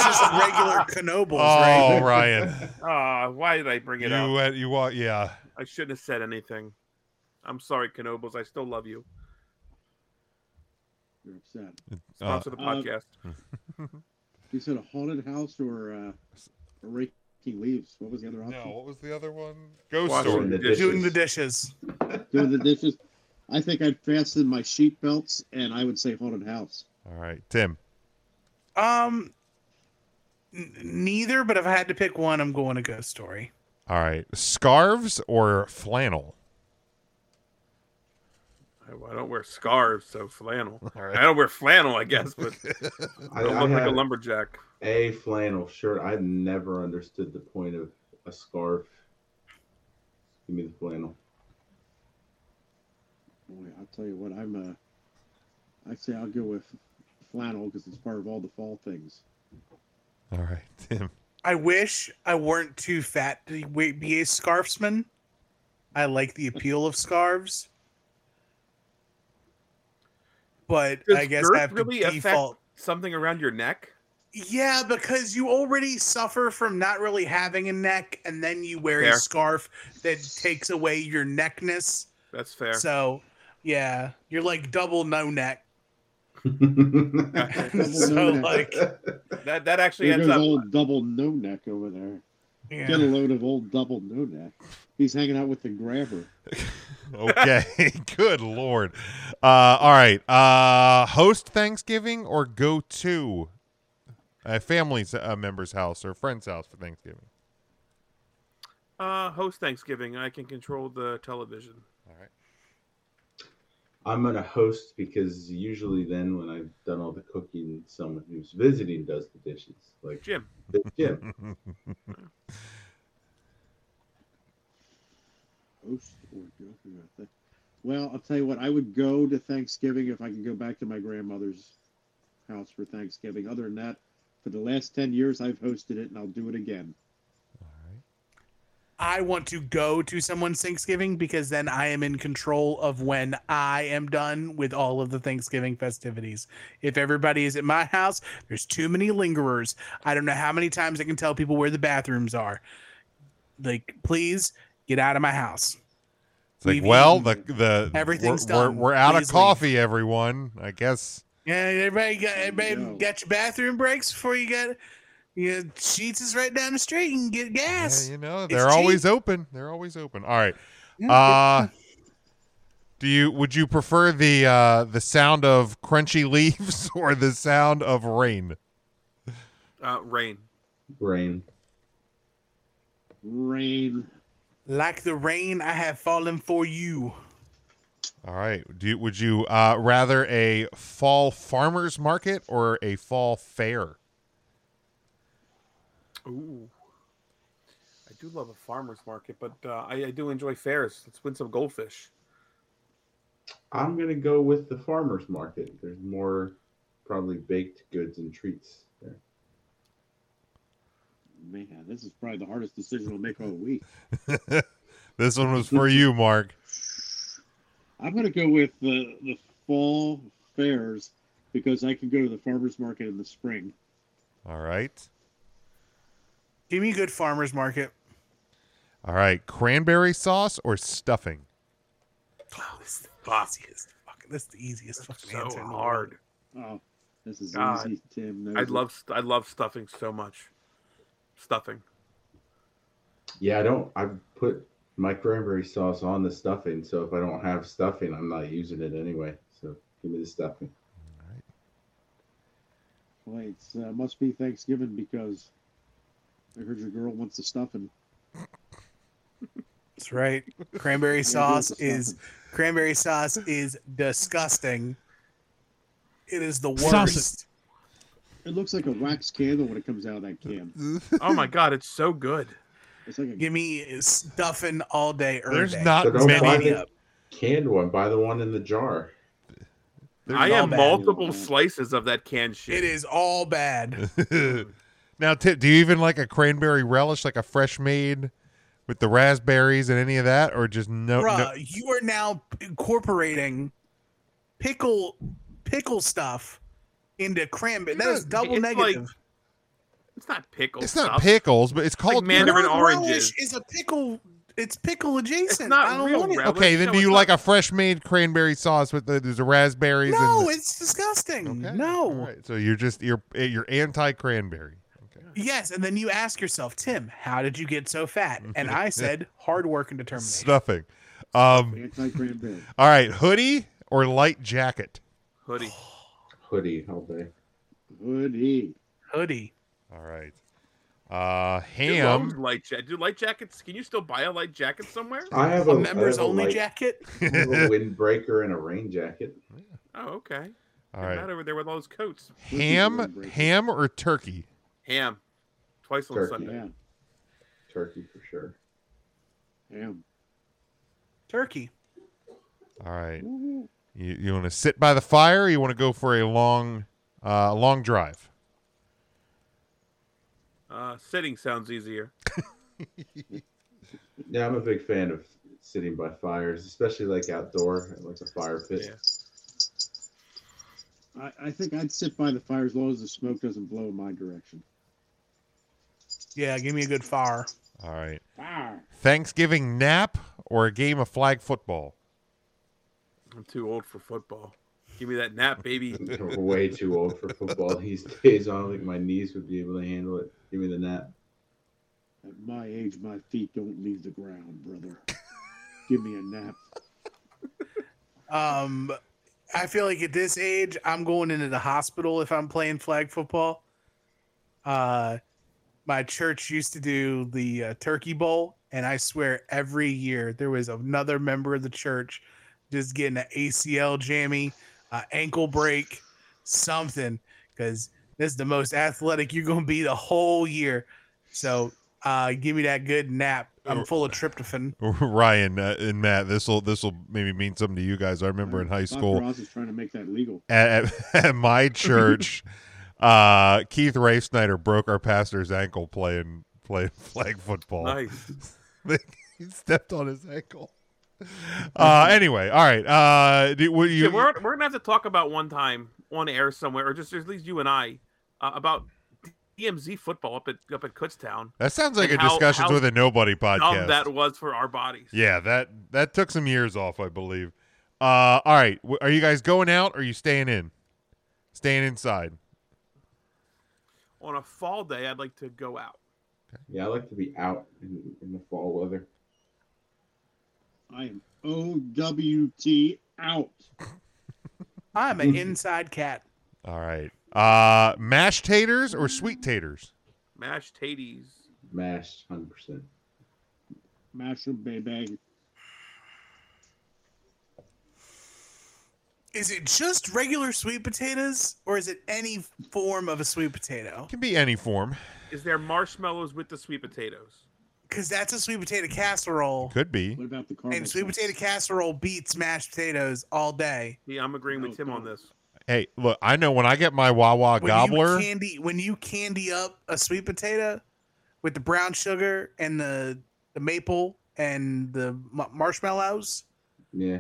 just regular Knobles, right? Oh, Ryan. Ah, why did I bring it you uh, up? went. You wa- Yeah. I shouldn't have said anything. I'm sorry, Kenobles. I still love you. You're upset. Uh, Sponsor the Uh, podcast. You said a haunted house or uh, a raking leaves. What was the other option? no. What was the other one? Ghost Watch story. Doing the Doing dishes. Doing the dishes. Doing the dishes. I think I'd fasten my sheet belts and I would say haunted house. All right, Tim. Um, n- neither. But if I had to pick one, I'm going to Ghost Story. All right, scarves or flannel. I, I don't wear scarves, so flannel. All I don't wear flannel, I guess, but I, I don't I look like a have lumberjack. a flannel shirt. I've never understood the point of a scarf. Give me the flannel. Boy, I'll tell you what, I'm uh, I say I'll go with flannel because it's part of all the fall things. All right, Tim. I wish I weren't too fat to w- be a scarfsman. I like the appeal of scarves. But Does I guess girth I have to really affect- default. Something around your neck? Yeah, because you already suffer from not really having a neck, and then you wear Fair. a scarf that takes away your neckness. That's fair. So, yeah, you're like double no neck. Double so, no neck. like, that that actually There ends goes up. old double no neck over there. yeah. Get a load of old double no neck. He's hanging out with the grabber. Okay. Good lord. Uh, all right. Uh, host Thanksgiving or go to a family's uh, member's house or friend's house for Thanksgiving. Uh, host Thanksgiving. I can control the television. All right. I'm gonna host because usually then when I've done all the cooking, someone who's visiting does the dishes. Like Jim, Jim. Oops, or go through that thing. Well, I'll tell you what, I would go to Thanksgiving if I could go back to my grandmother's house for Thanksgiving. Other than that, for the last 10 years, I've hosted it and I'll do it again. I want to go to someone's Thanksgiving because then I am in control of when I am done with all of the Thanksgiving festivities. If everybody is at my house, there's too many lingerers. I don't know how many times I can tell people where the bathrooms are. Like, please get out of my house. It's like, We've well, the eaten. the Everything's we're, we're- done. We're, out Please of leave. coffee, everyone. I guess. Yeah, everybody got everybody No. got your bathroom breaks before you get you know, sheets is right down the street and get Yeah, gas. you know, It's they're always cheap. Mm. open. They're always open. All right. Yeah. Uh do you would you prefer the uh the sound of crunchy leaves or the sound of rain? uh, rain. Rain. Rain. Like the rain, I have fallen for you. All right. Do you, would you uh rather a fall farmers market or a fall fair? Ooh. I do love a farmer's market, but uh, I, I do enjoy fairs. Let's win some goldfish. I'm gonna go with the farmers market. There's more probably baked goods and treats there. Man, this is probably the hardest decision I'll make all week. This one was for you, Mark. I'm going to go with the the fall fairs because I can go to the farmers market in the spring. All right. Give me a good farmer's market. All right. Cranberry sauce or stuffing? Oh, this is the easiest. Fucking, this is the easiest fucking So answer. in the world. hard. Oh, this is God. easy, Tim. knows I it. love st- I love stuffing so much. Stuffing. Yeah, I don't. I put my cranberry sauce on the stuffing, so if I don't have stuffing, I'm not using it anyway. So give me the stuffing. Well, it's uh, must be Thanksgiving because I heard your girl wants the stuffing. That's right. Cranberry Yeah, I do sauce want the is stuffing. cranberry sauce is disgusting. It is the worst. Sausage. It looks like a wax candle when it comes out of that can. Oh my god, it's so good. It's like a Give me stuffing all day. er There's day. not So don't many. buy Many the canned one. Buy the one in the jar. There's I all have bad. multiple slices of that canned shit. It is all bad. now, Tip, do you even like a cranberry relish, like a fresh made with the raspberries and any of that, or just no? Bruh, no- you are now incorporating pickle pickle stuff into cranberry. That is It's double like negative. It's not pickle. it's not stuff. pickles, but it's called. mandarin- Red oranges. relish is a pickle. It's pickle adjacent. It's not I don't real want it. relish. okay, then No, do it's you not. like a fresh made cranberry sauce with the, there's the raspberries? and No, the- it's disgusting. Okay, No. all right. So you're just you're eh, you're anti cranberry. Okay. Yes, and then you ask yourself, Tim, how did you get so fat? And I said, hard work and determination. Stuffing. Um. anti cranberry. All right. Hoodie or light jacket. hoodie. Hoodie all day. Hoodie. Hoodie. All right. Uh, Dude ham. loves light jacket. Do light jackets? Can you still buy a light jacket somewhere? I have A Oh, a members I have a only light- jacket. I have a windbreaker and a rain jacket. Oh, okay. All You're right. Not over there with all those coats. Ham, Hoodie. ham or turkey? Ham, twice on Turkey. Sunday. Yeah, Turkey for sure. damn. Turkey. All right. Mm-hmm. Ooh. You, you want to sit by the fire? Or you want to go for a long, uh, long drive? Uh, sitting sounds easier. Yeah, I'm a big fan of sitting by fires, especially like outdoor, like a fire pit. Yeah. I, I think I'd sit by the fire as long as the smoke doesn't blow in my direction. Yeah, give me a good fire. All right. Fire. Thanksgiving nap or a game of flag football? I'm too old for football. Give me that nap, baby. I'm way too old for football these days. I don't think my knees would be able to handle it. Give me the nap. At my age, my feet don't leave the ground, brother. Give me a nap. Um, I feel like at this age, I'm going into the hospital if I'm playing flag football. Uh, my church used to do the uh, Turkey Bowl, and I swear every year there was another member of the church just getting an ACL jammy, uh, ankle break, something, because this is the most athletic you're going to be the whole year. So, uh, give me that good nap. I'm full of tryptophan. Ryan uh, and Matt, this will this will maybe mean something to you guys. I remember in high Bob school, Ross is trying to make that legal. at, at, at my church, uh, Keith Rafe Snyder broke our pastor's ankle playing playing flag football. nice. he stepped on his ankle. Uh, anyway, all right. Uh, do, will you, Shit, we're, we're gonna have to talk about one time on air somewhere, or just at least you and I, uh, about DMZ football up at up at Kutztown. that sounds like a and how- discussions how with a nobody podcast. Dumb that was for our bodies. yeah, that that took some years off, I believe. Uh, all right. W- Are you guys going out or are you staying in? Staying inside. On a fall day, I'd like to go out. Yeah, I like to be out in, in the fall weather. I am OWT out. I'm an inside cat. All right. Uh, mashed taters or sweet taters? Mashed taties. Mashed, hundred percent. Mash them, baby. Is it just regular sweet potatoes, or is it any form of a sweet potato? Can be any form. Is there marshmallows with the sweet potatoes? Because that's a sweet potato casserole, Could be. What about the caramel? and sweet sauce? potato casserole beats mashed potatoes all day. Yeah, I'm agreeing with Oh, No, Tim on don't. this. Hey, look, I know when I get my Wawa When gobbler, you candy when you candy up a sweet potato with the brown sugar and the the maple and the ma- marshmallows. Yeah.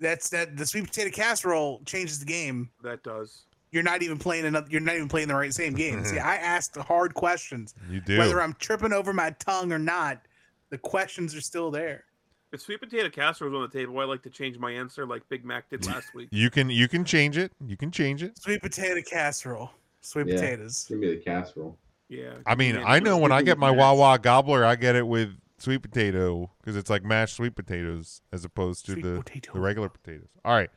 That's that the sweet potato casserole changes the game. That does. You're not even playing another. You're not even playing the right same game. Mm-hmm. See, I asked the hard questions. you do. Whether I'm tripping over my tongue or not, the questions are still there. If sweet potato casserole was on the table, I like to change my answer, like Big Mac did last week. you can you can change it. You can change it. Sweet potato casserole, sweet Yeah. potatoes. Give me the casserole. Yeah. I mean, Yeah, I know when I do get my mashed. Wawa gobbler, I get it with sweet potato because it's like mashed sweet potatoes as opposed to Sweet the, potato. the regular potatoes. All right.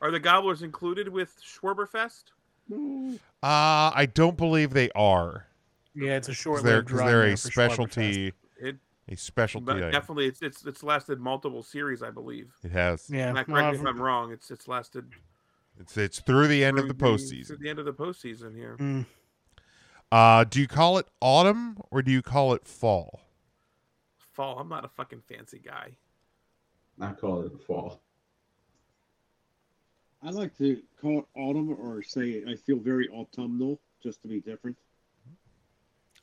Are the gobblers included with Schwerberfest? Uh, I don't believe they are. Yeah, it's a short. Because they're, 'cause they're a specialty. It- A specialty But item. definitely, it's it's it's lasted multiple series, I believe. It has. And Yeah, I correct me if I'm wrong. It's it's lasted It's it's through the end of through the through postseason. the end of the postseason here. Uh, do you call it autumn or do you call it fall? Fall. I'm not a fucking fancy guy. I call it fall. I like to call it autumn or say I feel very autumnal just to be different.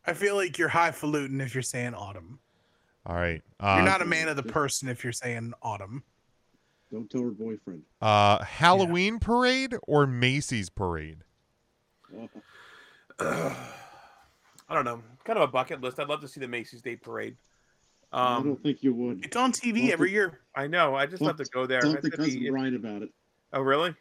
I feel like you're highfalutin if you're saying autumn. All right. You're Uh, not a man of the person if you're saying autumn. Don't tell her boyfriend. uh, Halloween parade or Macy's parade? Oh, I don't know. Kind of a bucket list. I'd love to see the Macy's Day Parade. I don't Um, think you would. It's on TV Well, every year. I know. I just love to go there. Talk That's to gonna cousin be- Brian about it. oh, really?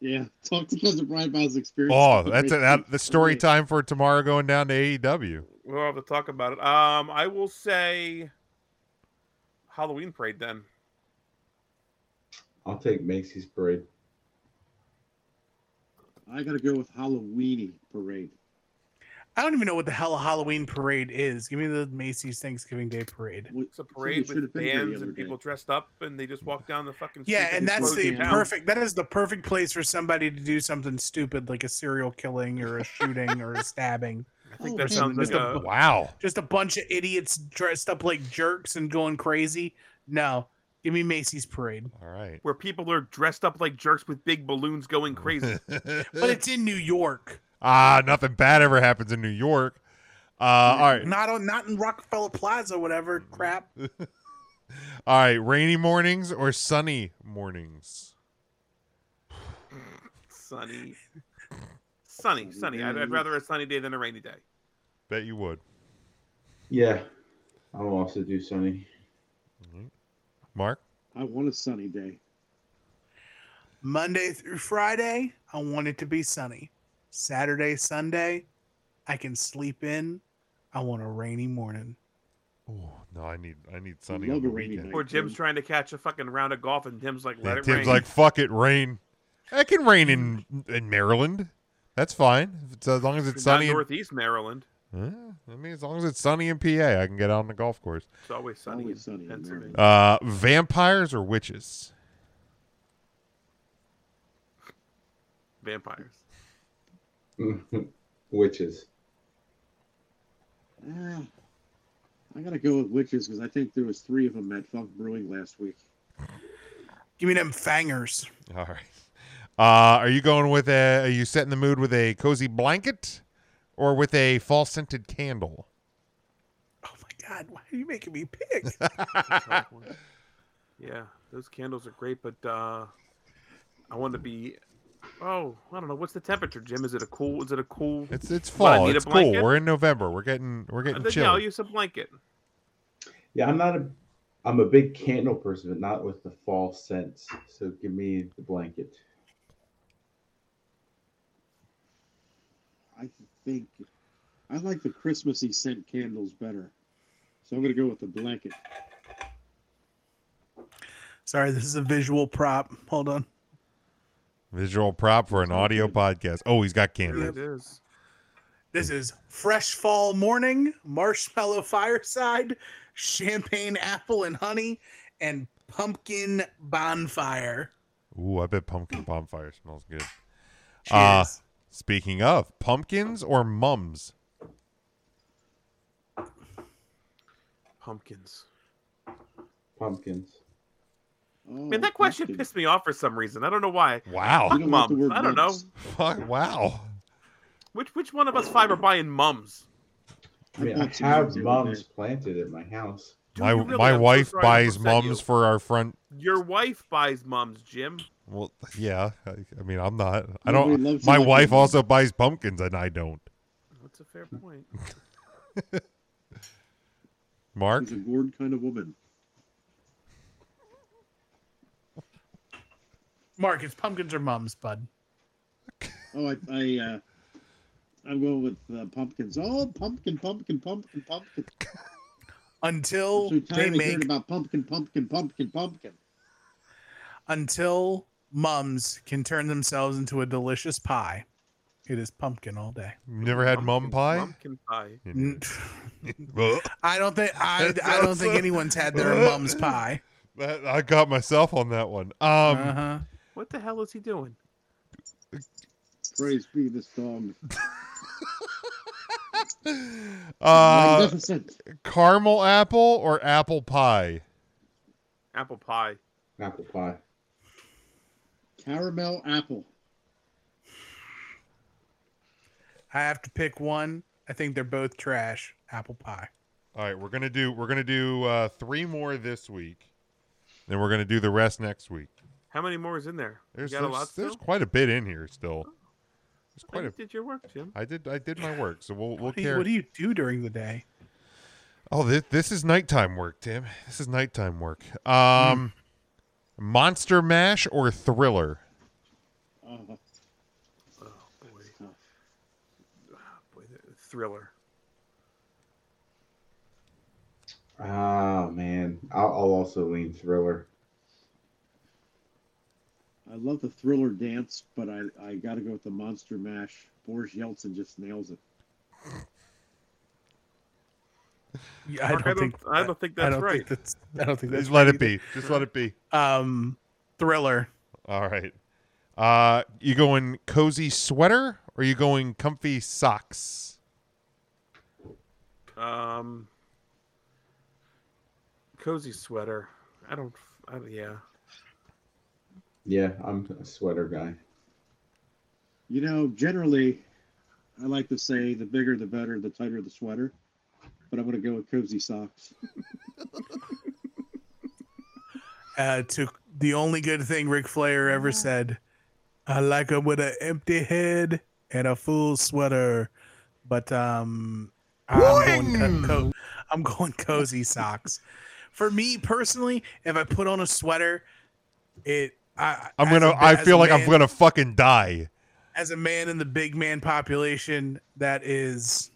Yeah, talk to cousin Brian about his experience. Oh, with the that's a, Macy's that the story parade. time for tomorrow going down to E AEW. We'll have to talk about it. Um, I will say Halloween Parade then. I'll take Macy's parade. I gotta go with Halloweeny parade. I don't even know what the hell a Halloween parade is. Give me the Macy's Thanksgiving Day parade. What- It's a parade somebody should with have been there the bands other and day. people dressed up, and they just walk down the fucking street. Yeah, and that's close the it down. perfect. That is the perfect place for somebody to do something stupid like a serial killing or a shooting or a stabbing. I think Oh, that man, sounds like just a a, bu- Wow. Just a bunch of idiots dressed up like jerks and going crazy. No, give me Macy's parade. All right. where people are dressed up like jerks with big balloons going crazy. But it's in New York, Ah, nothing bad ever happens in New York. Uh, all right. not on, not in Rockefeller Plaza, whatever crap. All right. Rainy mornings or sunny mornings? sunny, sunny, sunny. I'd, I'd rather a sunny day than a rainy day. Bet you would. Yeah. I'll also do Sunny. Mm-hmm. Mark? I want a sunny day. Monday through Friday, I want it to be sunny. Saturday, Sunday, I can sleep in. I want a rainy morning. Oh, no, I need I need sunny. love on the a rainy weekend. night. Or Jim's Jim. trying to catch a fucking round of golf, and Tim's like, "Let Yeah, it Tim's rain." like, fuck it, rain. It can rain in in Maryland. That's fine. If it's, as long as it's Not sunny. in- Northeast Maryland. Huh? I mean, as long as it's sunny in PA, I can get out on the golf course. It's always sunny. Always in sunny in Pennsylvania. Maryland. Uh, vampires or witches? Vampires. Witches. Ah, I gotta go with witches because I think there was three of them at Funk Brewing last week. Give me them fangers. All right. Uh, are you going with a? Are you setting the mood with a cozy blanket, or with a fall scented candle? Oh my God, why are you making me pick? Yeah, those candles are great, but uh, I want to be. Oh, I don't know. What's the temperature, Jim? Is it a cool? Is it a cool? It's it's What, I fall. need a It's cool. blanket? We're in November. We're getting we're getting Then, yeah, I'll chilly. use a blanket. Yeah, I'm not a I'm a big candle person, but not with the fall scents. So give me the blanket. I think I like the Christmassy scent candles better, so I'm gonna go with the blanket. Sorry, this is a visual prop. Hold on. Visual prop for an audio podcast. Oh, he's got It candles. is. This is fresh fall morning, marshmallow fireside, champagne apple and honey, and pumpkin bonfire. Ooh, I bet pumpkin bonfire smells good. Cheers. Uh, Speaking of pumpkins or mums, Pumpkins. Pumpkins. Oh, Man, that question pissed me off for some reason. I don't know why. Wow. Fuck mums. I don't know. Fuck, wow. Which which one of us five are buying mums? I mean, I have mums planted at my house. Dude, My you really my have wife those buys drivers that you- mums for our front. Your wife buys mums, Jim. Well, yeah. I, I mean, I'm not. I Nobody don't. loves My you like wife me. also buys pumpkins, and I don't. That's a fair point. Mark, She's a gourd kind of woman. Mark, it's pumpkins or mums, bud. Oh, I, I uh, I'm going with uh, pumpkins. Oh, pumpkin, pumpkin, pumpkin, pumpkin. I'm Until so they tired of hearing make about pumpkin, pumpkin, pumpkin, pumpkin. until mums can turn themselves into a delicious pie. It is pumpkin all day. Mm-hmm. never had mum Pumpkin- pie. Pumpkin pie. You know. N- I don't think I, I don't think anyone's had their mum's pie. That- I got myself on that one. Um, Uh-huh. What the hell is he doing? Praise be the song. uh, Magnificent. caramel apple or apple pie? Apple pie. Apple pie. Caramel apple. I have to pick one. I think they're both trash. Apple pie. All right, we're gonna do we're gonna do uh, three more this week, then we're gonna do the rest next week. How many more is in there? There's you got a lot there's, there's still? quite a bit in here still. There's I quite a. did your work, Jim. I did I did my work, so we'll we'll What do, you, carry. what do you do during the day? Oh, this this is nighttime work, Tim. This is nighttime work. Um, Hmm. Monster Mash or Thriller? Oh, Oh boy. Oh, boy, the thriller. Oh man, I'll, I'll also lean thriller. I love the thriller dance, but I, I got to go with the monster mash. Boris Yeltsin just nails it. Yeah, I Mark, don't, think I don't think that's I don't right. Think that's, I don't think that's Just let right it be. Just let it be. either. Um, thriller. All right. Uh, you going cozy sweater or you going comfy socks? Um, cozy sweater. I don't. I, don't- yeah. Yeah, I'm a sweater guy. You know, generally, I like to say the bigger the better, the tighter the sweater. But I'm going to go with cozy socks. Uh, to the only good thing Ric Flair ever said, I like him with an empty head and a full sweater, but um, I'm going, co- co- I'm going cozy socks. For me personally, if I put on a sweater, it I I'm as gonna. a- I as a feel like I'm man- gonna fucking die. as a man in the big man population that is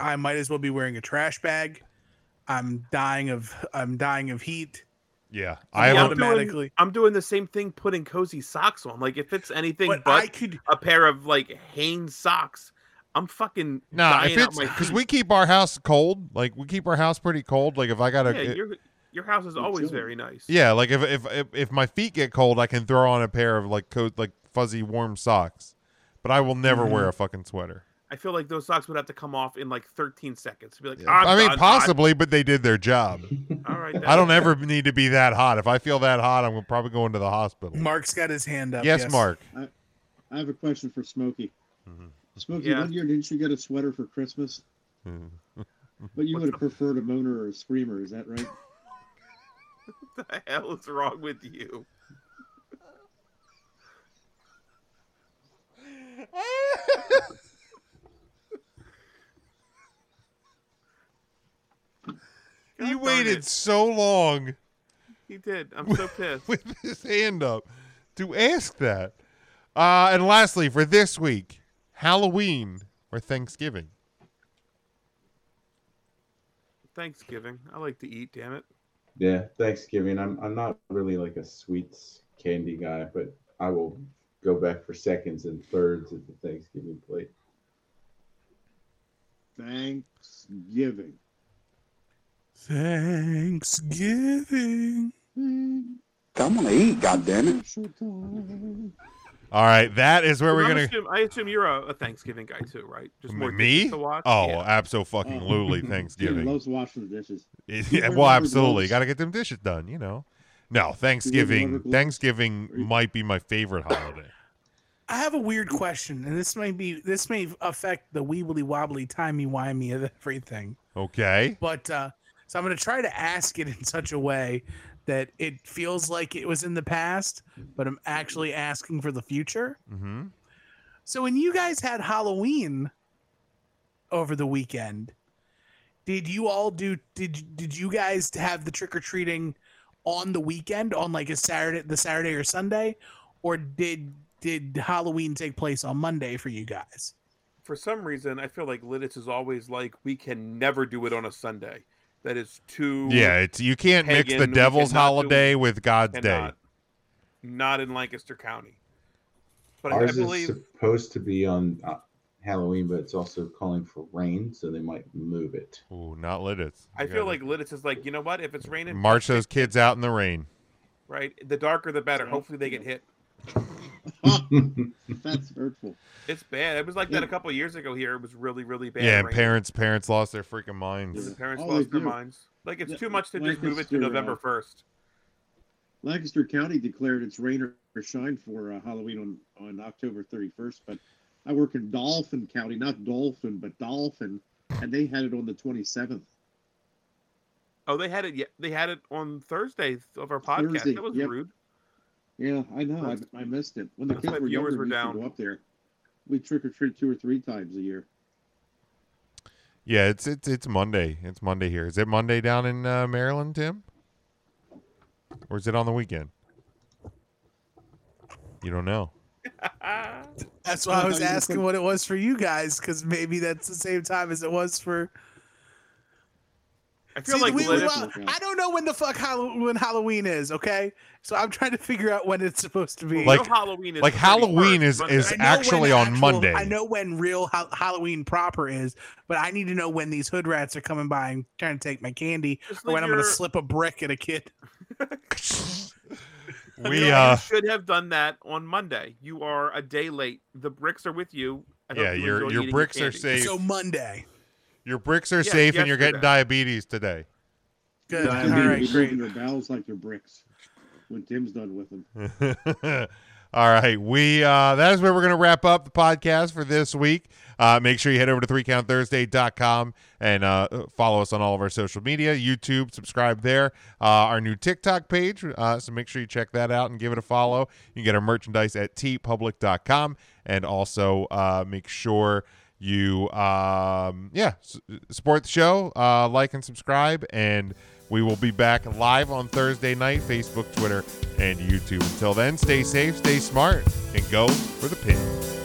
i might as well be wearing a trash bag i'm dying of i'm dying of heat Yeah, I Yeah, have. I'm A, doing- automatically- I'm doing the same thing, putting cozy socks on. Like if it's anything but but, i could a pair of like Hanes socks, I'm fucking nah, dying if out it's my because feet. we keep our house cold. Like we keep our house pretty cold. Like if I gotta. yeah, your your house is You're always chilling. very nice. Yeah, like if, if if if my feet get cold, I can throw on a pair of like coat like fuzzy warm socks, but I will never Mhm. wear a fucking sweater. I feel like those socks would have to come off in like 13 seconds. Be like, i I'm mean, done, bye." possibly, but they did their job. All right. I don't ever need to be that hot. If I feel that hot, I'm probably going to the hospital. mark's got his hand up yes, Mark. I have a question for Smokey. Mhm. Smokey, Yeah. one year didn't you get a sweater for Christmas? Mhm. But you What's would have up? preferred a moaner or a screamer, is that right? What the hell is wrong with you? God He darn waited it. so long He did. I'm so pissed. with his hand up to ask that. Uh, and lastly, for this week, Halloween or Thanksgiving? Thanksgiving. I like to eat. Damn it. Yeah, Thanksgiving. I'm I'm not really like a sweets candy guy, but I will go back for seconds and thirds at the Thanksgiving plate. Thanksgiving. thanksgiving I'm gonna eat, goddammit. Thanksgiving. All right, that is where we're I'm gonna. Assume, I assume you're a, a Thanksgiving guy too, right? Just more me? dishes to watch. Oh, yeah. abso fucking lutely He Thanksgiving. loves washing the dishes. yeah, He well, remembers absolutely. those. Got to get them dishes done, you know. No, Thanksgiving. Wonderful. Thanksgiving might be my favorite holiday. I have a weird question, and this may be this may affect the weebly wobbly timey wimey of everything. Okay. But uh, so I'm going to try to ask it in such a way that it feels like it was in the past, but I'm actually asking for the future. Mm-hmm. So when you guys had Halloween over the weekend, did you all do did did you guys have the trick or treating on the weekend on like a Saturday the Saturday or Sunday or did did Halloween take place on Monday for you guys? For some reason, I feel like Linus is always like, we can never do it on a Sunday. That is too. Yeah, it's you can't mix Pagan, the we devil's cannot do it. holiday with God's day. Cannot. Not in Lancaster County. But I, I Ours is believe. supposed to be on uh, Halloween, but it's also calling for rain, so they might move it. Ooh, not Lidditz. I feel like Linus is like, you know what? If it's raining, march those kids out in the rain. right? The darker the better. Hopefully they get hit. That's hurtful. It's bad. It was like that a couple years ago here. It was really, really bad. yeah, and rain. parents parents lost their freaking minds. Yeah. The parents All lost they their do. minds. Like it's Yeah, too much to like just move it it's to your, November uh, first. Lancaster County declared its rain or or shine for uh, Halloween on, on October 31st, but I work in Dolphin County, not Dolphin, but Dolphin, and they had it on the 27th. Oh, they had it. Yeah, they had it on Thursday of our podcast. Thursday, that was yep. rude. Yeah, I know. That's- I, I missed it. When the that's kids why were viewers younger, were we used to down. go up there. We trick or treat two or three times a year. Yeah, it's it's it's Monday. It's Monday here. Is it Monday down in uh, Maryland, Tim? Or is it on the weekend? You don't know. That's why I was Okay, you asking can- what it was for you guys cuz maybe that's the same time as it was for I feel See, like we- Linus, well, I don't know when the fuck Hall- when Halloween is, okay? So I'm trying to figure out when it's supposed to be. Like- no Halloween is like the Halloween 31st, is- Monday. is- I know actually when on Monday. I know when real ha- Halloween proper is, but I need to know when these hood rats are coming by and trying to take my candy, Just or when leave I'm going to your- slip a brick at a kid. You We know, uh you should have done that on Monday. You are a day late. The bricks are with you. I hope Yeah, you your- enjoy your eating bricks are candy. safe. Dave. So Monday, your bricks are Yeah, safe and you're getting yesterday. diabetes today. good. All All right, right, great. Their bowels like their bricks when Tim's done with them. All right, we uh, that is where we're going to wrap up the podcast for this week. Uh, make sure you head over to threecounthursday.com and uh, follow us on all of our social media, YouTube, subscribe there, uh, our new TikTok page. Uh, so make sure you check that out and give it a follow. You can get our merchandise at tpublic.com and also uh, make sure you um, yeah s- support the show, uh, like and subscribe, and we will be back live on Thursday night, Facebook, Twitter, and YouTube. Until then, stay safe, stay smart, and go for the pins.